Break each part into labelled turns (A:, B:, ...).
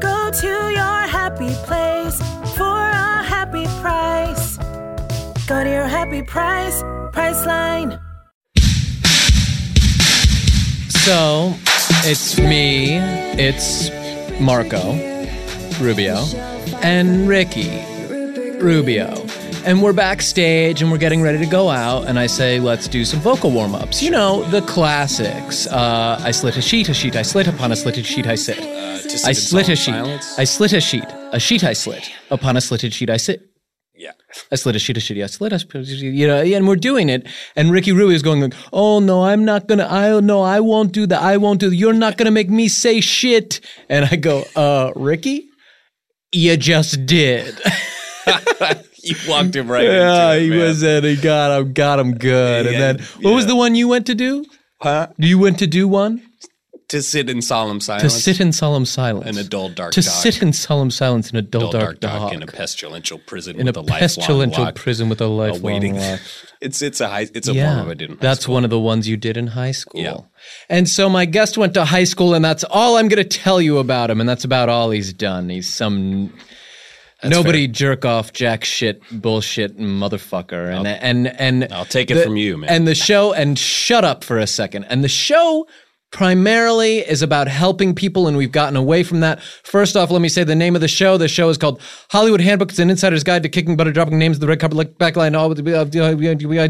A: Go to your happy place for a happy price. Go to your happy price, Priceline.
B: So it's me, it's Marco Rubio, and Ricky Rubio. And we're backstage and we're getting ready to go out. And I say, let's do some vocal warm ups. You know, the classics. Uh, I slit a sheet, a sheet I slit, upon a slitted sheet I sit.
C: sit
B: I
C: in
B: slit a
C: solemn
B: sheet,
C: silence?
B: I slit a sheet, a sheet I slit, upon a slitted sheet I sit.
C: Yeah.
B: I slid a sheet of shitty. I slid a sheet of shitty. You know, and we're doing it. And Ricky Rubio is going, like, oh no, I'm not gonna. I no, I won't do that. I won't do. That. You're not gonna make me say shit. And I go, uh, Ricky, you just did.
C: You walked him right
B: yeah,
C: into it,
B: he
C: man.
B: was uh, and he got him, got him good.
C: Yeah,
B: and then what was
C: yeah.
B: the one you went to do?
C: Huh?
B: You went to do one
C: To sit in solemn
B: to
C: silence.
B: sit in solemn silence.
C: An adult dark
B: to
C: dog.
B: sit in solemn silence in a dull,
C: Dull
B: dark,
C: dark dog
B: dog
C: in a pestilential prison
B: in
C: with
B: a
C: a lifelong
B: pestilential
C: lock
B: prison with a lifelong
C: awaiting.
B: lock.
C: it's it's a high it's a form of it in high
B: that's
C: school.
B: one of the ones you did in high school.
C: Yeah.
B: And so my guest went to high school, and that's all I'm going to tell you about him, and that's about all he's done. He's some nobody jerk off jack shit bullshit motherfucker, and and and
C: I'll take it
B: the-
C: from you, man.
B: And the show, and shut up for a second. And the show primarily is about helping people, and we've gotten away from that. First off, let me say the name of the show. The show is called Hollywood Handbook. It's an insider's guide to kicking butter, dropping names, the red carpet like backline. All uh,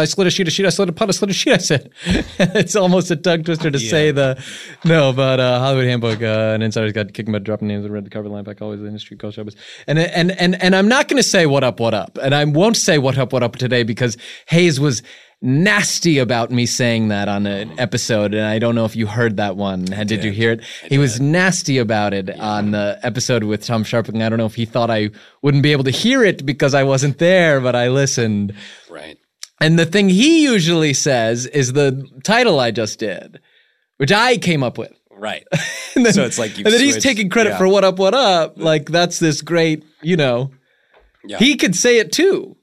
B: I slit a sheet, a sheet, I slit a pot, I slit a sheet. I said, it's almost a tongue twister to say the no, but uh, Hollywood Handbook, uh, an insider's guide to kicking butter, dropping names, the red carpet line back. Always the industry culture. And and and and I'm not going to say what up, what up, and I won't say what up, what up today because Hayes was nasty about me saying that on an episode and i don't know if you heard that one did, you hear it he was nasty about it on the episode with tom sharping i don't know if he thought i wouldn't be able to hear it because i wasn't there but i listened
C: right.
B: and the thing he usually says is the title i just did which i came up with
C: Right.
B: and then,
C: So it's like you've
B: and then he's
C: switched-
B: taking credit
C: yeah.
B: for what up what up like that's this great you know
C: Yeah.
B: he could say it too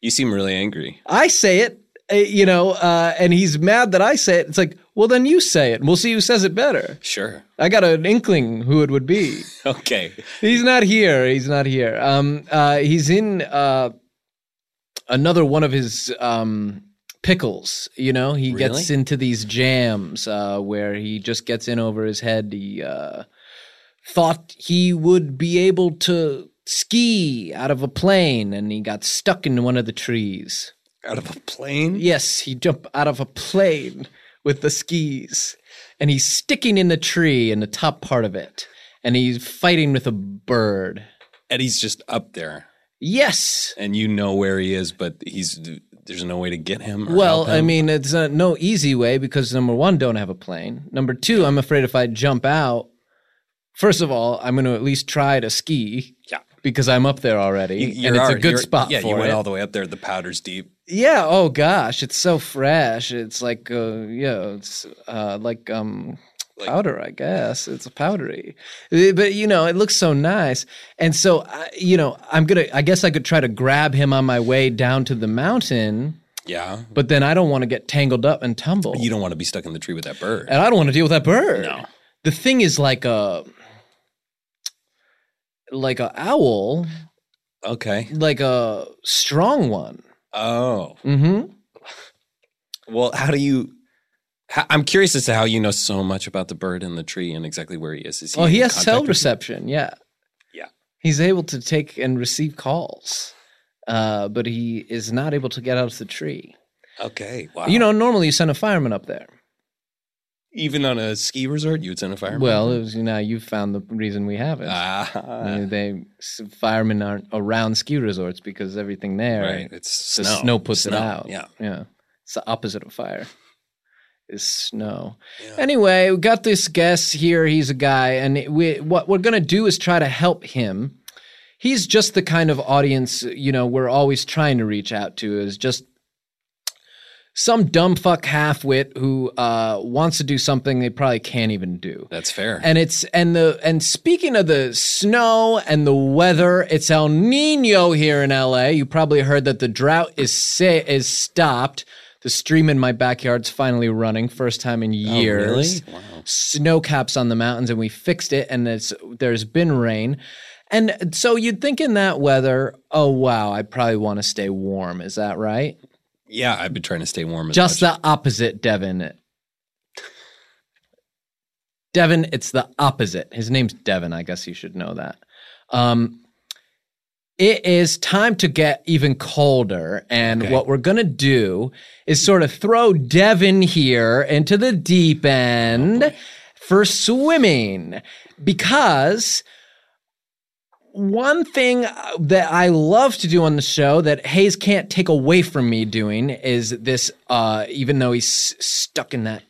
C: You seem really angry.
B: I say it, uh, you know, uh, and he's mad that I say it. It's like, well, then you say it, and we'll see who says it better.
C: Sure.
B: I got an inkling who it would be.
C: Okay.
B: He's not here. He's not here. Um, uh, he's in uh, another one of his um, pickles. You know, he gets
C: Really?
B: into these jams uh, where he just gets in over his head. He uh, thought he would be able to ski out of a plane, and he got stuck in one of the trees.
C: Out of a plane?
B: Yes, he jumped out of a plane with the skis. And he's sticking in the tree in the top part of it. And he's fighting with a bird.
C: And he's just up there.
B: Yes.
C: And you know where he is, but he's there's no way to get him. or
B: Well,
C: help him.
B: I mean, it's uh, no easy way because number one, don't have a plane. Number two, I'm afraid if I jump out, first of all, I'm going to at least try to ski
C: Yeah.
B: because I'm up there already.
C: You- you're
B: and it's a
C: already-
B: good
C: you're-
B: spot
C: Yeah,
B: for
C: you went
B: it.
C: all the way up there. The powder's deep.
B: Yeah. Oh gosh, it's so fresh. It's like uh, yeah, it's uh, like um powder, I guess. It's powdery, Uh, but you know, it looks so nice. And so, I, you know, I'm gonna. I guess I could try to grab him on my way down to the mountain,
C: Yeah.
B: but then I don't want to get tangled up and tumble,
C: You don't want to be stuck in the tree with that bird.
B: and I don't want to deal with that bird.
C: No.
B: The thing is like a like a owl,
C: Okay.
B: like a strong one.
C: Oh.
B: Mm-hmm.
C: Well, how do you? how- I'm curious as to how you know so much about the bird in the tree and exactly where he is. Is he?
B: Oh, he
C: in
B: has
C: contact
B: cell
C: with you?
B: reception. Yeah.
C: Yeah.
B: He's able to take and receive calls, uh, but he is not able to get out of the tree.
C: Okay. Wow.
B: You know, normally you send a fireman up there.
C: even on a ski resort, you would send a fireman.
B: Well, it was, now you've found the reason we haven't.
C: Ah,
B: Uh, they s- firemen aren't around ski resorts because everything there,
C: right. It's
B: the
C: snow.
B: snow, puts
C: Snow,
B: it out.
C: Yeah.
B: yeah. It's the opposite of fire. Is snow.
C: Yeah.
B: Anyway, we got this guest here. He's a guy, and we what we're gonna do is try to help him. he's just the kind of audience you know we're always trying to reach out to is just some dumb fuck halfwit who uh, wants to do something they probably can't even do.
C: That's fair.
B: And it's and the and speaking of the snow and the weather, it's El Nino here in LA. You probably heard that the drought is sa- is stopped. The stream in my backyard's finally running, first time in years.
C: Oh, really? Wow.
B: Snow caps on the mountains, and we fixed it. And it's there's been rain. And so you'd think in that weather, oh wow, I probably want to stay warm. Is that right?
C: yeah, I've been trying to stay warm. As
B: Just
C: much.
B: the opposite, Devin. Devin, it's the opposite. His name's Devin. I guess you should know that. Um, it is time to get even colder. And what we're going to do is sort of throw Devin here into the deep end for swimming because one thing uh, that I love to do on the show that Hayes can't take away from me doing is this, uh, even though he's s- stuck in that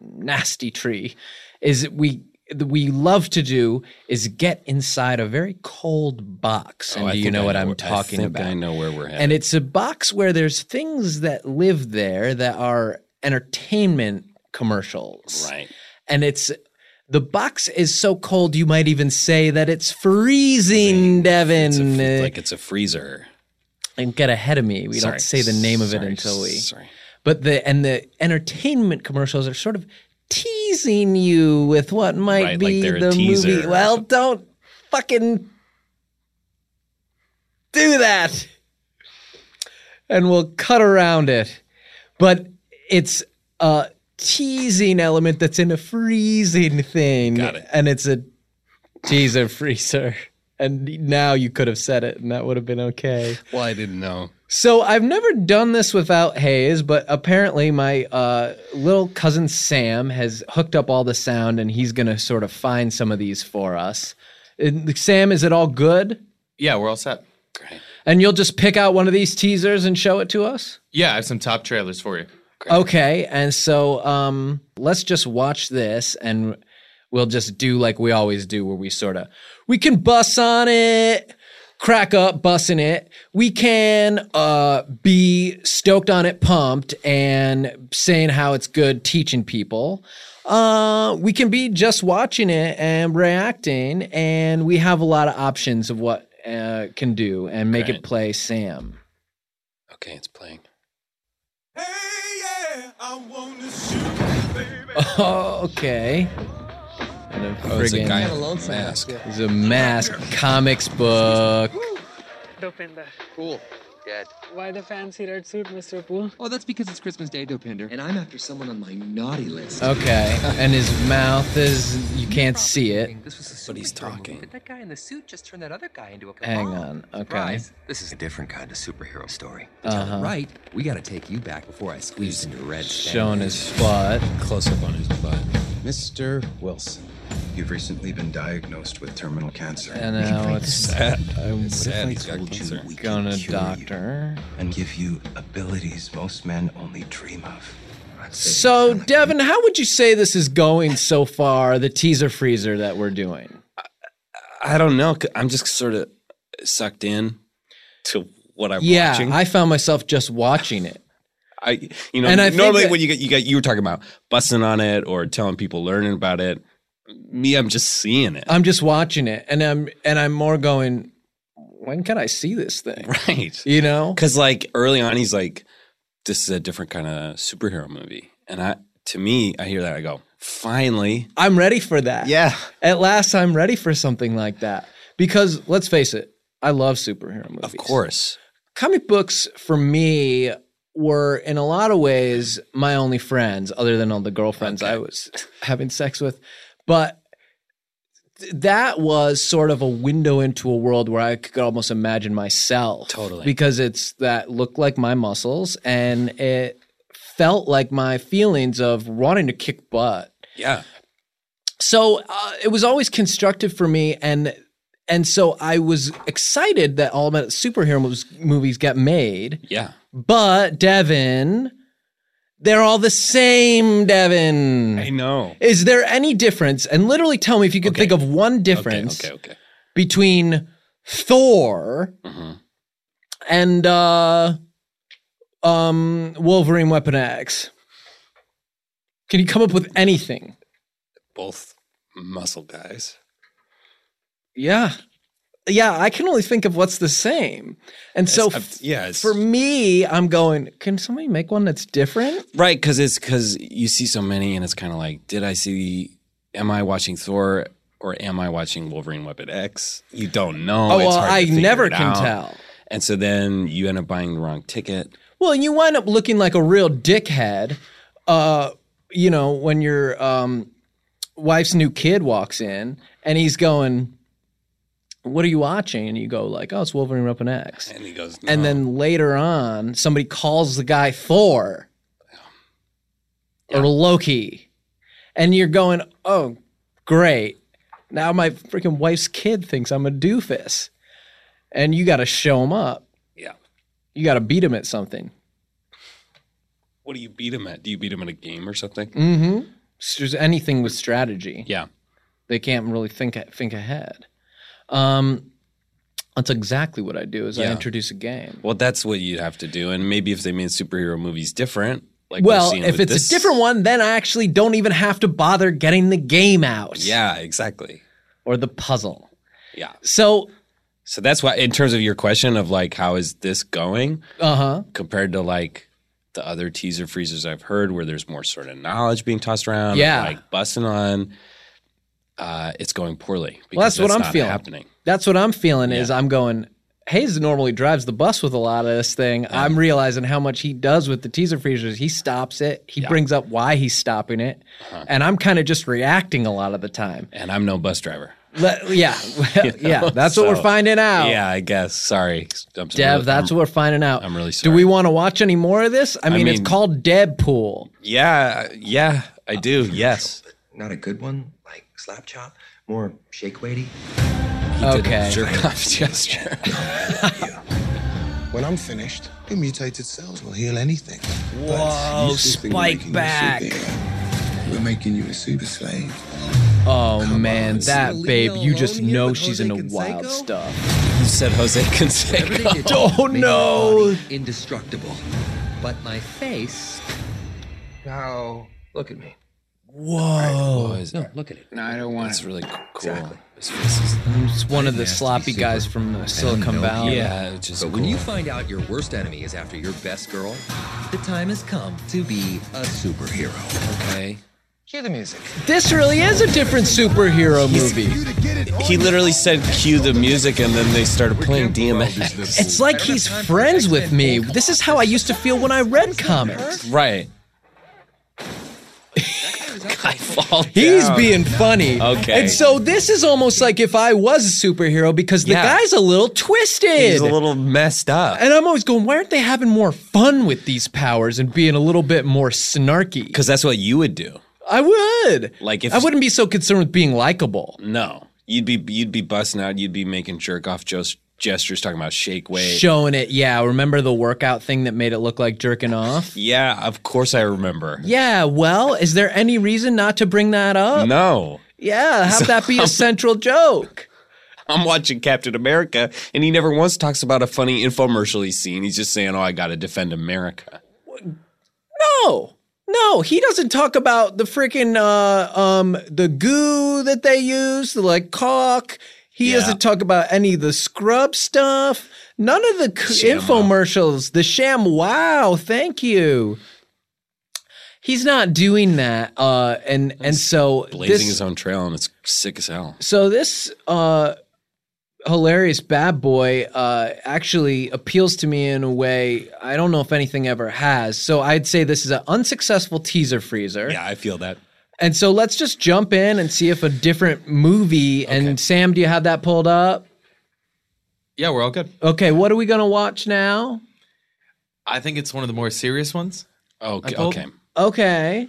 B: nasty tree, is we that we love to do is get inside a very cold box.
C: Oh,
B: And
C: I
B: do you
C: think
B: know
C: I
B: what I'm
C: I
B: talking
C: think
B: about?
C: I know where we're headed.
B: And it's a box where there's things that live there that are entertainment commercials.
C: right.
B: And it's the box is so cold you might even say that it's freezing, Devin.
C: It's a, f-
B: Uh,
C: like it's a freezer.
B: and get ahead of me. We
C: Sorry.
B: don't say the name of it
C: Sorry.
B: until we
C: Sorry.
B: but the and the entertainment commercials are sort of teasing you with what might
C: Right, like
B: be
C: they're a
B: the
C: teaser
B: movie.
C: or
B: Well, don't fucking do that. And we'll cut around it. But it's a teasing element that's in a freezing thing.
C: Got it.
B: And it's a teaser freezer. And now you could have said it and that would have been okay.
C: Well, I didn't know.
B: So I've never done this without Hayes, but apparently my uh, little cousin Sam has hooked up all the sound, and he's gonna sort of find some of these for us. And Sam, is it all good?
D: Yeah, we're all set.
C: Great.
B: And you'll just pick out one of these teasers and show it to us.
D: Yeah, I have some top trailers for you.
B: Okay, and so um, let's just watch this, and we'll just do like we always do, where we sort of we can bus on it, crack up, bussing it. We can uh, be stoked on it, pumped, and saying how it's good, teaching people. Uh, we can be just watching it and reacting, and we have a lot of options of what uh, can do and make
C: Great.
B: it play Sam.
C: Okay, it's playing.
B: okay. And a
C: Oh, it's a
B: friggin'
C: guy in a mask.
B: It's a mask comics book.
E: Dopinder,
F: Cool. Dead.
E: why the fancy red suit, Mr. Poole?
F: Oh, that's because it's Christmas Day, Dopinder. And I'm after someone on my naughty list.
B: Okay. And his mouth is you can't see it.
F: This was a
C: But he's
F: superhero movie,
C: talking.
F: but that guy in the suit just turned that other guy into a
B: Hang
F: cabal.
B: on, okay.
F: Surprise. This is a different kind of superhero story.
B: Uh-huh.
F: You're Right. We gotta take you back before I squeeze into red.
B: Showing his butt.
C: Close up on his butt.
G: Mr. Wilson, you've recently been diagnosed with terminal cancer.
B: And now it's
C: Sad.
G: what
C: It's sad.
G: if I
C: He's got
G: told
C: cancer.
G: you we can
B: gonna
G: cure
B: doctor.
G: you and give you abilities most men only dream of?
B: So Devin, how would you say this is going so far? The teaser freezer that we're doing.
C: I don't know. 'cause I'm just sort of sucked in to what I'm
B: Yeah,
C: watching.
B: I found myself just watching it.
C: I you know
B: And I think
C: normally
B: that-
C: when you get you get you were talking about busting on it or telling people learning about it. Me, I'm just seeing it.
B: I'm just watching it, and I'm and I'm more going. When can I see this thing?
C: right.
B: You know.
C: Because like early on, he's like, "This is a different kind of superhero movie," and I to me, I hear that I go, "Finally,
B: I'm ready for that.
C: yeah,
B: At last, I'm ready for something like that. Because let's face it, I love superhero movies.
C: of course."
B: Comic books for me were, in a lot of ways, my only friends, other than all the girlfriends I was having sex with. But th- that was sort of a window into a world where I could almost imagine myself.
C: Totally.
B: Because it's that looked like my muscles and it felt like my feelings of wanting to kick butt
C: Yeah,
B: so uh, it was always constructive for me and and so i was excited that all my superhero movies, movies got made
C: yeah.
B: but devin they're all the same devin
C: know.
B: is there any difference and literally tell me if you could
C: Okay.
B: think of one
C: Okay,
B: difference
C: okay, okay.
B: between Thor,
C: Mm-hmm.
B: and uh, um, Wolverine Weapon X. Can you come up with anything?
C: Both muscle guys.
B: Yeah. Yeah, I can only think of what's the same. And so
C: It's-
B: f-
C: I've- yeah, it's-
B: for me, I'm going, can somebody make one that's different?
C: Right, because it's because you see so many, and it's kind of like, did I see? Am I watching Thor or am I watching Wolverine Weapon X? You don't know.
B: oh,
C: It's
B: well,
C: hard to
B: I
C: figure
B: never
C: it
B: can
C: out.
B: tell.
C: And so then you end up buying the wrong ticket.
B: Well, and you wind up looking like a real dickhead, uh, you know, when your um, wife's new kid walks in and he's going, what are you watching? And you go like, oh, it's Wolverine Weapon X.
C: And he goes,
B: And
C: "No."
B: then later on, somebody calls the guy Thor or Loki. And you're going, oh, great. Now my freaking wife's kid thinks I'm a doofus. And you got to show him up.
C: yeah.
B: You got to beat him at something.
C: What do you beat him at? Do you beat him in a game or something?
B: Mm. S- There's anything with strategy.
C: Yeah.
B: They can't really think think ahead. Um, that's exactly what I do is I
C: Yeah.
B: introduce a game.
C: Well, that's what you'd have to do. And maybe if they made superhero movies different, like we're
B: Well,
C: seeing
B: if
C: with
B: it's
C: this-
B: a different one, then I actually don't even have to bother getting the game out.
C: Yeah, exactly.
B: or the puzzle.
C: Yeah.
B: So,
C: So that's why, in terms of your question of like, how is this going
B: uh huh.
C: compared to like the other teaser freezers I've heard, where there's more sort of knowledge being tossed around,
B: Yeah.
C: like busting on, uh, it's going poorly. Because
B: Well, that's, what I'm
C: not
B: feeling.
C: Happening.
B: That's what I'm feeling is I'm going. Hayes normally drives the bus with a lot of this thing. I'm realizing how much he does with the teaser freezers. He stops it. He brings up why he's stopping it,
C: Uh-huh.
B: and I'm kind of just reacting a lot of the time.
C: And I'm no bus driver.
B: Let- yeah, yeah. That's what
C: so-
B: we're finding out.
C: Yeah, I guess. Sorry, I'm
B: Oh. Dev, that's
C: I'm-
B: what we're finding out.
C: I'm really
B: Do
C: sorry.
B: we want to watch any more of this? I mean, it's
C: mean-
B: called Deadpool.
C: Yeah, yeah, I do. Yes.
G: Not a good one, like slap chop, more shake weighty.
B: Okay.
C: Jerk off gesture.
H: When I'm finished, the mutated cells will heal anything.
B: Whoa, Spike back.
H: We're making you a super slave.
B: Oh man, that
F: leave
B: babe,
F: me
B: you just
F: alone here
B: know
F: with
B: she's
F: Jose
B: into wild
F: Canseco?
B: stuff.
C: you said Jose Canseco.
B: Oh no.
F: Indestructible. But my face.
H: Now, look at me.
C: Whoa.
F: Look at it.
C: I don't want It's really c- cool. His face is-
B: It's one of the sloppy guys from uh, Silicon Valley.
C: yeah, it's just
F: But when you find out your worst enemy is after your best girl, the time has come to be a superhero.
C: okay.
H: Hear the music.
B: This really is a different superhero movie.
C: He literally said cue the music and then they started playing DMX.
B: It's like he's friends with me. This is how I used to feel when I read comics.
C: right. Guy fall
B: He's
C: down.
B: being funny.
C: Okay.
B: And so this is almost like if I was a superhero because the
C: Yeah.
B: guy's a little twisted.
C: He's a little messed up.
B: and I'm always going, why aren't they having more fun with these powers and being a little bit more snarky?
C: Because that's what you would do.
B: I would.
C: Like, if-
B: I wouldn't be so concerned with being likable.
C: No. You'd be you'd be busting out, you'd be making jerk off jos- gestures talking about shake weight.
B: Showing it, yeah. Remember the workout thing that made it look like jerking off?
C: yeah, of course I remember.
B: Yeah, well, is there any reason not to bring that up?
C: Mm. No.
B: Yeah, have that be a central joke.
C: I'm watching Captain America and he never once talks about a funny infomercial he's seen. He's just saying, Oh, I gotta defend America.
B: No. No, he doesn't talk about the freaking uh, um, the goo that they use, the like caulk. He
C: Yeah.
B: doesn't talk about any of the scrub stuff. None of the c-
C: ShamWow.
B: infomercials, the sham wow, thank you. He's not doing that. Uh, and and so
C: Blazing
B: this,
C: his own trail and it's sick as hell.
B: so this uh, hilarious bad boy uh, actually appeals to me in a way I don't know if anything ever has. So I'd say this is an unsuccessful teaser freezer.
C: I feel that.
B: And so let's just jump in and see if a different movie.
C: Okay.
B: And Sam, do you have that pulled up?
D: Yeah, we're all good.
B: Okay, what are we gonna watch now?
D: I think it's one of the more serious ones.
C: Okay.
D: I told-
C: Oh,
B: oh.
C: okay.
B: Okay.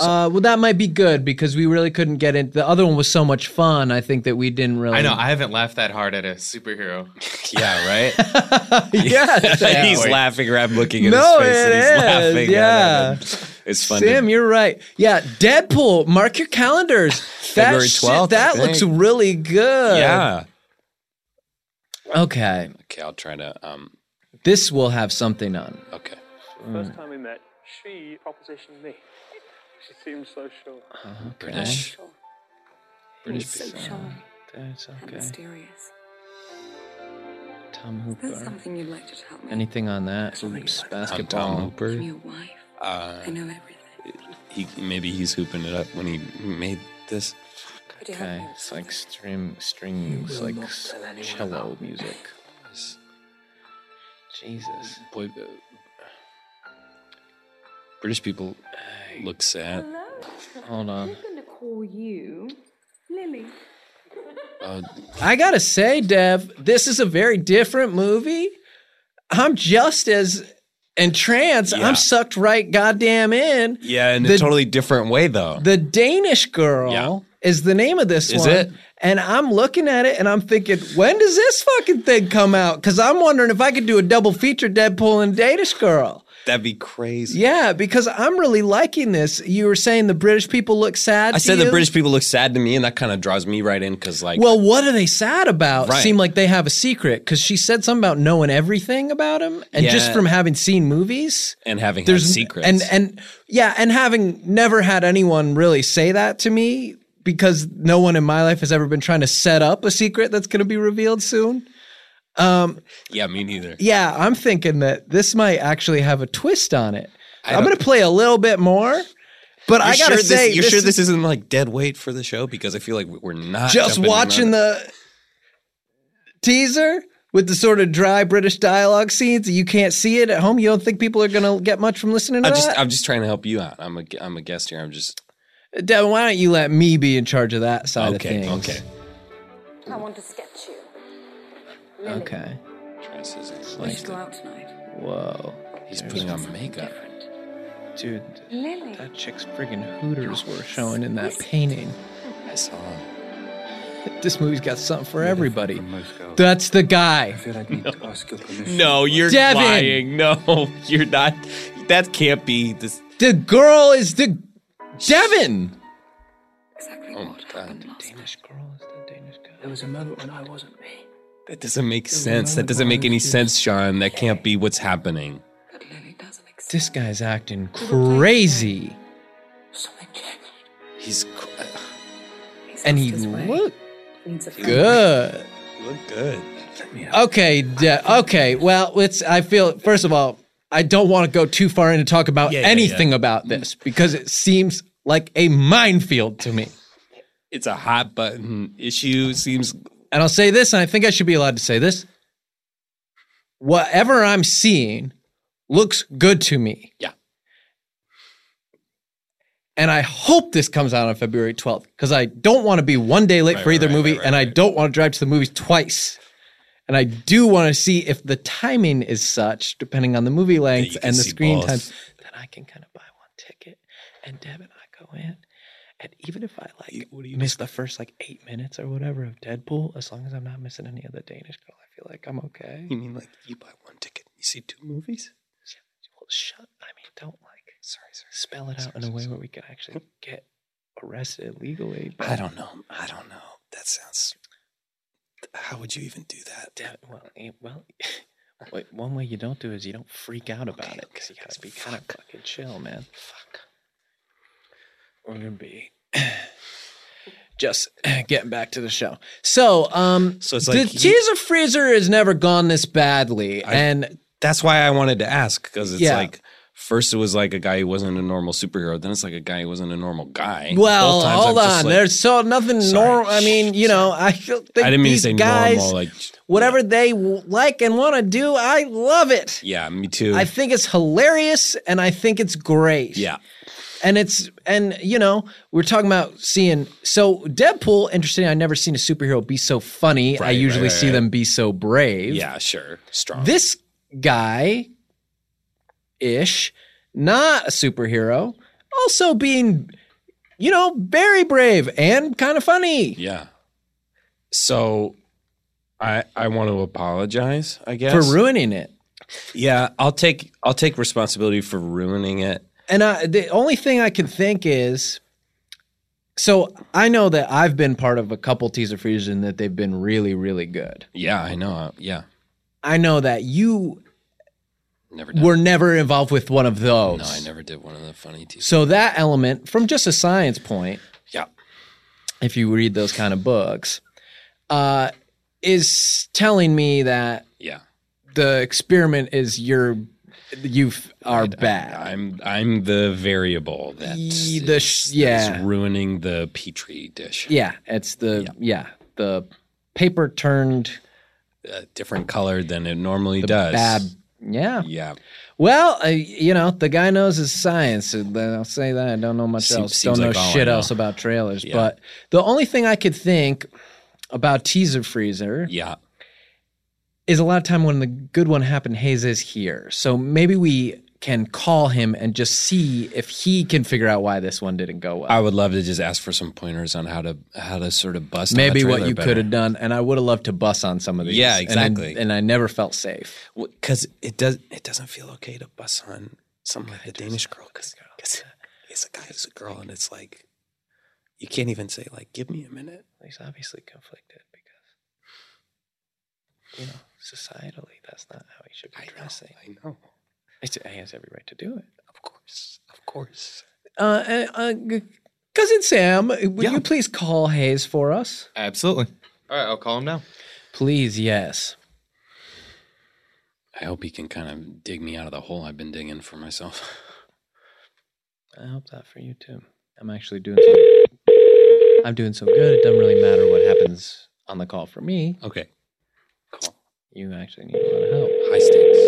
B: Uh, well, that might be good because we really couldn't get in. The other one was so much fun. I think that we didn't really.
D: I know. I haven't laughed that hard at a superhero.
C: Yeah, right?
B: yes. Sam.
C: he's laughing or I'm looking at
B: No,
C: his face and
B: it
C: he's
B: is,
C: laughing.
B: yeah.
C: At it. It's fun.
B: Sam,
C: to-
B: you're right. Yeah, Deadpool. Mark your calendars. That
C: February 12th,
B: Shit, that
C: I
B: looks
C: think.
B: really good.
C: yeah.
B: Okay.
C: Okay, I'll try to. Um,
B: This will have something on.
C: okay.
F: First time we met, she propositioned me. She seemed so sure.
B: Okay.
C: Uh-huh, British.
B: British
A: so
B: people.
A: shy.
B: That's
A: and
B: okay.
A: mysterious.
B: Tom
A: That's
B: Hooper.
A: something you'd like to tell me.
B: Anything on that? Oops,
C: I'm
B: basketball.
C: Tom Hooper.
A: I'm your wife.
C: Uh,
A: I know everything.
C: he maybe he's hooping it up when he made this.
A: Could you help
B: Okay,
A: me?
B: it's like string strings,
A: will
B: like
A: not
B: s-
A: tell anyone
B: cello
A: about
B: music. Jesus.
C: Boy, uh, British people look sad.
B: Hold on.
I: I'm going to call you Lily.
B: I gotta say, Dev, this is a very different movie. I'm just as entranced.
C: Yeah.
B: I'm sucked right goddamn in.
C: Yeah, in
B: The-
C: a totally different way though.
B: The Danish Girl is the name of this
C: Is
B: one.
C: it?
B: And I'm looking at it and I'm thinking, when does this fucking thing come out? Because I'm wondering if I could do a double feature Deadpool and Danish Girl.
C: That'd be crazy.
B: Yeah, because I'm really liking this. You were saying the British people look sad.
C: I
B: to
C: said the
B: you?
C: British people look sad to me, and that kind of draws me right in because like,
B: well, what are they sad about?
C: Right.
B: Seem like they have a secret because she said something about knowing everything about him, and just
C: Yeah.
B: from having seen movies
C: and having had
B: there's
C: secrets
B: and and yeah, and having never had anyone really say that to me because no one in my life has ever been trying to set up a secret that's going to be revealed soon. Um,
C: yeah, me neither.
B: yeah, I'm thinking that this might actually have a twist on it.
C: I
B: I'm
C: don't-
B: going to play a little bit more, but I
C: You're
B: got to
C: sure
B: say,
C: this, you're sure this
B: is
C: isn't like dead weight for the show because I feel like we're not
B: just
C: jumping in on
B: watching
C: it.
B: the teaser with the sort of dry British dialogue scenes. You can't see it at home. You don't think people are going to get much from listening to
C: I
B: that?
C: just, I'm just trying to help you out. I'm a, I'm a guest here. I'm just
B: Devin, why don't you let me be in charge of that side
C: Okay,
B: of things?
C: okay.
I: I want to sketch you. Lily.
B: Okay.
C: It's
I: We
B: like
I: should go out tonight.
B: Whoa.
C: He's
B: There's-
C: putting on makeup.
B: Dude,
I: Lily.
B: that chick's friggin' hooters were showing in that painting.
C: I saw
B: This movie's got something for everybody. That's the guy.
C: No, you're
B: Devin!
C: lying. No, you're not. That can't be this.
B: The girl is the Devin.
C: Oh my god,
B: Danish girl is the Danish girl.
J: There was a moment when I wasn't me.
C: that doesn't make sense. That doesn't make any sense, Sean. That can't be what's happening.
B: This guy's acting crazy.
C: He's uh, cr-
B: And he looked good.
C: You look good.
B: Okay, de- okay. Well, it's. I feel. First of all, I don't want to go too far in to talk about
C: Yeah, yeah,
B: anything about this because it seems like a minefield to me.
C: It's a hot button issue. Seems
B: And I'll say this, and I think I should be allowed to say this. Whatever I'm seeing looks good to me.
C: Yeah.
B: And I hope this comes out on February 12th because I don't want to be one day late
C: Right,
B: for either
C: right,
B: movie,
C: right, right,
B: and I don't want to drive to the movies twice. And I do want to see if the timing is such, depending on the movie length
C: you can
B: and the
C: see
B: screen
C: both.
B: time, that I can kind of buy one ticket and Deb and I go in. And even if I like miss the first like eight minutes or whatever of Deadpool, as long as I'm not missing any of the Danish girl, I feel like I'm okay.
C: You mean like you buy one ticket, you see two movies?
B: Well, shut. I mean, don't like. Sorry, sorry. Spell it out in a way where we can actually get arrested legally.
C: I don't know. I don't know. That sounds. How would you even do that?
B: Damn, well, eh, well. wait, one way you don't do is you don't freak out about it because you gotta be kind of fucking chill, man. Fuck. We're gonna be just getting back to the show. So, um,
C: so it's
B: the
C: like he-
B: teaser freezer has never gone this badly, and
C: that's why I wanted to ask because it's
B: Yeah.
C: like first it was like a guy who wasn't a normal superhero, then it's like a guy who wasn't a normal guy.
B: Well,
C: Both times
B: hold
C: I'm
B: on.
C: just like,
B: There's so nothing normal. I mean, you know, I feel think
C: I didn't mean to
B: these
C: say
B: guys,
C: normal. Like,
B: whatever they w- like and want to do, I love it.
C: yeah, me too.
B: I think it's hilarious, and I think it's great.
C: yeah,
B: And it's and you know we're talking about seeing so Deadpool. Interesting, I never seen a superhero be so funny. I
C: Right,
B: usually
C: right,
B: see
C: right.
B: them be so brave.
C: yeah, sure, strong.
B: This guy ish, not a superhero, also being, you know, very brave and kind of funny.
C: yeah. So, I I want to apologize. I guess
B: For ruining it,
C: Yeah, I'll take I'll take responsibility for ruining it.
B: and I, the only thing I can think is, So I know that I've been part of a couple teaser freezes and that they've been really, really good.
C: Yeah, I know. Yeah.
B: I know that you
C: Never
B: were never involved with one of those.
C: No, I never did one of the funny teasers.
B: So that element, from just a science point,
C: Yeah.
B: if you read those kind of books, uh, is telling me that
C: Yeah.
B: the experiment is your you f- are bad.
C: I'm I'm the variable that
B: Ye- the sh-
C: is
B: yeah.
C: ruining the petri dish.
B: yeah, it's the yeah, the paper turned
C: A different color than it normally
B: the
C: does.
B: bad. Yeah.
C: Yeah.
B: Well, uh, you know, the guy knows his science. uh, I'll say that. I don't know much
C: Seems-
B: else.
C: seems
B: don't
C: like
B: know
C: all I
B: shit
C: know.
B: else about trailers.
C: Yeah.
B: But the only thing I could think about teaser freezer,
C: yeah,
B: is a lot of time when the good one happened, Hayes is here. So maybe we can call him and just see if he can figure out why this one didn't go well.
C: I would love to just ask for some pointers on how to how to sort of bust. on a
B: Maybe what
C: trailer
B: you
C: better.
B: could have done, and I would have loved to bus on some of these.
C: Yeah,
B: and I-
C: exactly.
B: And I, never felt safe.
C: because it does it doesn't feel okay to bust on something like a Danish girl because it's a guy it's a girl and it's like you can't even say like give me a minute.
K: He's obviously conflicted because, you know, societally, that's not how he should be dressing.
C: I know.
K: It's, he has every right to do it.
C: Of course. Of course.
B: Uh, uh, uh, g- Cousin Sam, would you please call Hayes for us?
D: Absolutely. All right, I'll call him now.
B: Please, yes.
C: I hope he can kind of dig me out of the hole I've been digging for myself.
B: I hope that for you too. I'm actually doing. So, I'm doing so good. It doesn't really matter what happens on the call for me.
C: Okay.
B: You actually need a lot of help.
C: High stakes.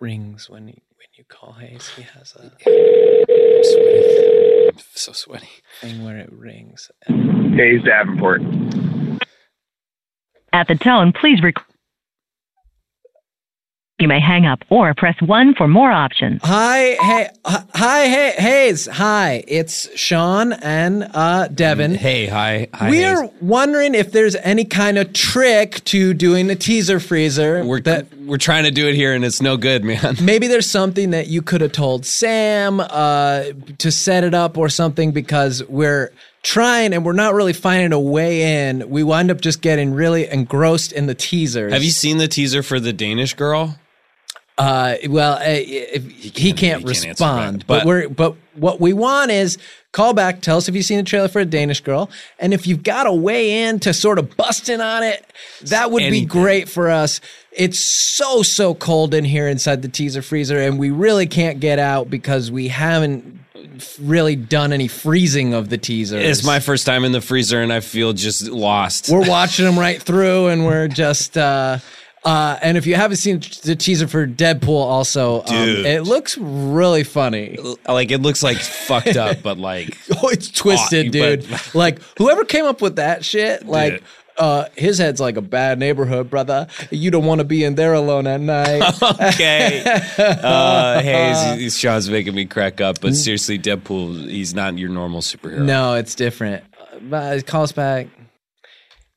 K: Rings when he, when you call Hayes, he has a
C: I'm sweaty. I'm so sweaty.
K: thing where it rings.
L: Hayes Davenport.
M: At the tone, please rec- You may hang up or press 1 for more options.
B: Hi, hey, hi, hi, hey, Hayes. Hi, it's Sean and uh, Devin.
C: Hey, hi, hi.
B: We're wondering if there's any kind of trick to doing a teaser freezer. We're that
C: We're trying to do it here and it's no good, man.
B: maybe there's something that you could have told Sam uh, to set it up or something because we're trying and we're not really finding a way in. We wind up just getting really engrossed in the teasers.
C: Have you seen the teaser for the Danish girl?
B: Uh, well, uh, if he can't,
C: answer
B: respond,
C: that,
B: but,
C: but-
B: we're but what we want is call back, tell us if you've seen the trailer for a Danish Girl, and if you've got a way in to sort of busting on it, that would be
C: Anything.
B: great for us. It's so so cold in here inside the teaser freezer, and we really can't get out because we haven't really done any freezing of the teaser.
C: It's my first time in the freezer and I feel just lost.
B: We're watching them right through, and we're just. Uh, uh, and if you haven't seen the teaser for Deadpool, also, um,
C: Dude.
B: it looks really funny.
C: like it looks like fucked up, but like
B: Oh, it's twisted,
C: Aw,
B: dude. like whoever came up with that shit, like.
C: Dude.
B: Uh, his head's like a bad neighborhood, brother. You don't want to be in there alone at night.
C: okay. uh, Hayes, he's- Sean's making me crack up, but seriously, Deadpool, he's not your normal superhero.
B: No, it's different. Uh, But it calls back.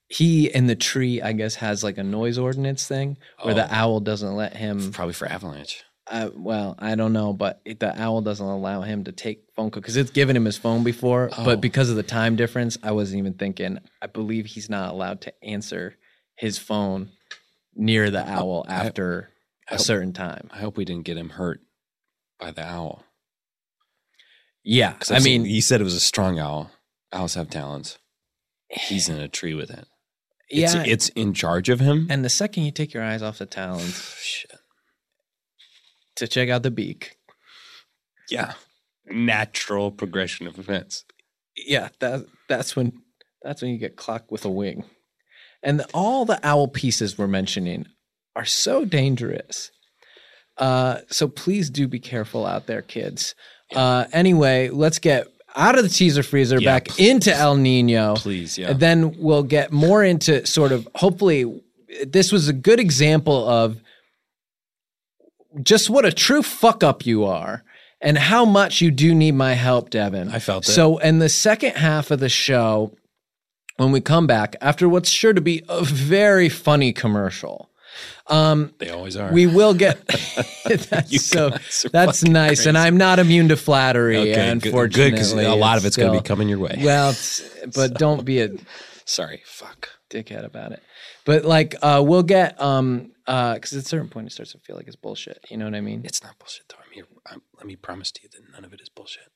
B: He and the tree, I guess, has like a noise ordinance thing where
C: Oh.
B: the owl doesn't let him.
C: Probably for Avalanche.
B: Uh, well, I don't know, but it, the owl doesn't allow him to take phone call because it's given him his phone before.
C: Oh.
B: But because of the time difference, I wasn't even thinking. I believe he's not allowed to answer his phone near the owl after
C: I
B: a
C: hope-
B: certain time.
C: I hope we didn't get him hurt by the owl.
B: Yeah,
C: 'Cause
B: I
C: I've seen-
B: mean,
C: you said it was a strong owl. Owls have talons. He's in a tree with it.
B: Yeah.
C: It's, it's in charge of him.
B: and the second you take your eyes off the talons to check out the beak,
C: Yeah. Natural progression of events.
B: yeah, that that's when that's when you get clocked with a wing. And all the owl pieces we're mentioning are so dangerous. Uh, so please do be careful out there, kids. Uh, anyway, let's get out of the teaser freezer,
C: Yeah,
B: back
C: please.
B: into El Nino.
C: Please, yeah.
B: And then we'll get more into sort of hopefully this was a good example of just what a true fuck up you are and how much you do need my help, Devin. I
C: felt it.
B: So, in the second half of the show, when we come back, after what's sure to be a very funny commercial, Um,
C: They always are.
B: We will get. that's
C: You
B: so,
C: guys are
B: that's
C: fucking
B: nice, and
C: crazy.
B: I'm not immune to flattery.
C: Okay, good- good, 'cause
B: unfortunately,
C: a lot of it's gonna be
B: still-
C: coming your way.
B: Well, it's- but don't be a
C: sorry, fuck,
K: dickhead about it.
B: But like, uh, we'll get um, uh, because at a certain point it starts to feel like it's bullshit. You know what I mean?
C: It's not bullshit though. I mean, I'm, let me promise to you that none of it is bullshit.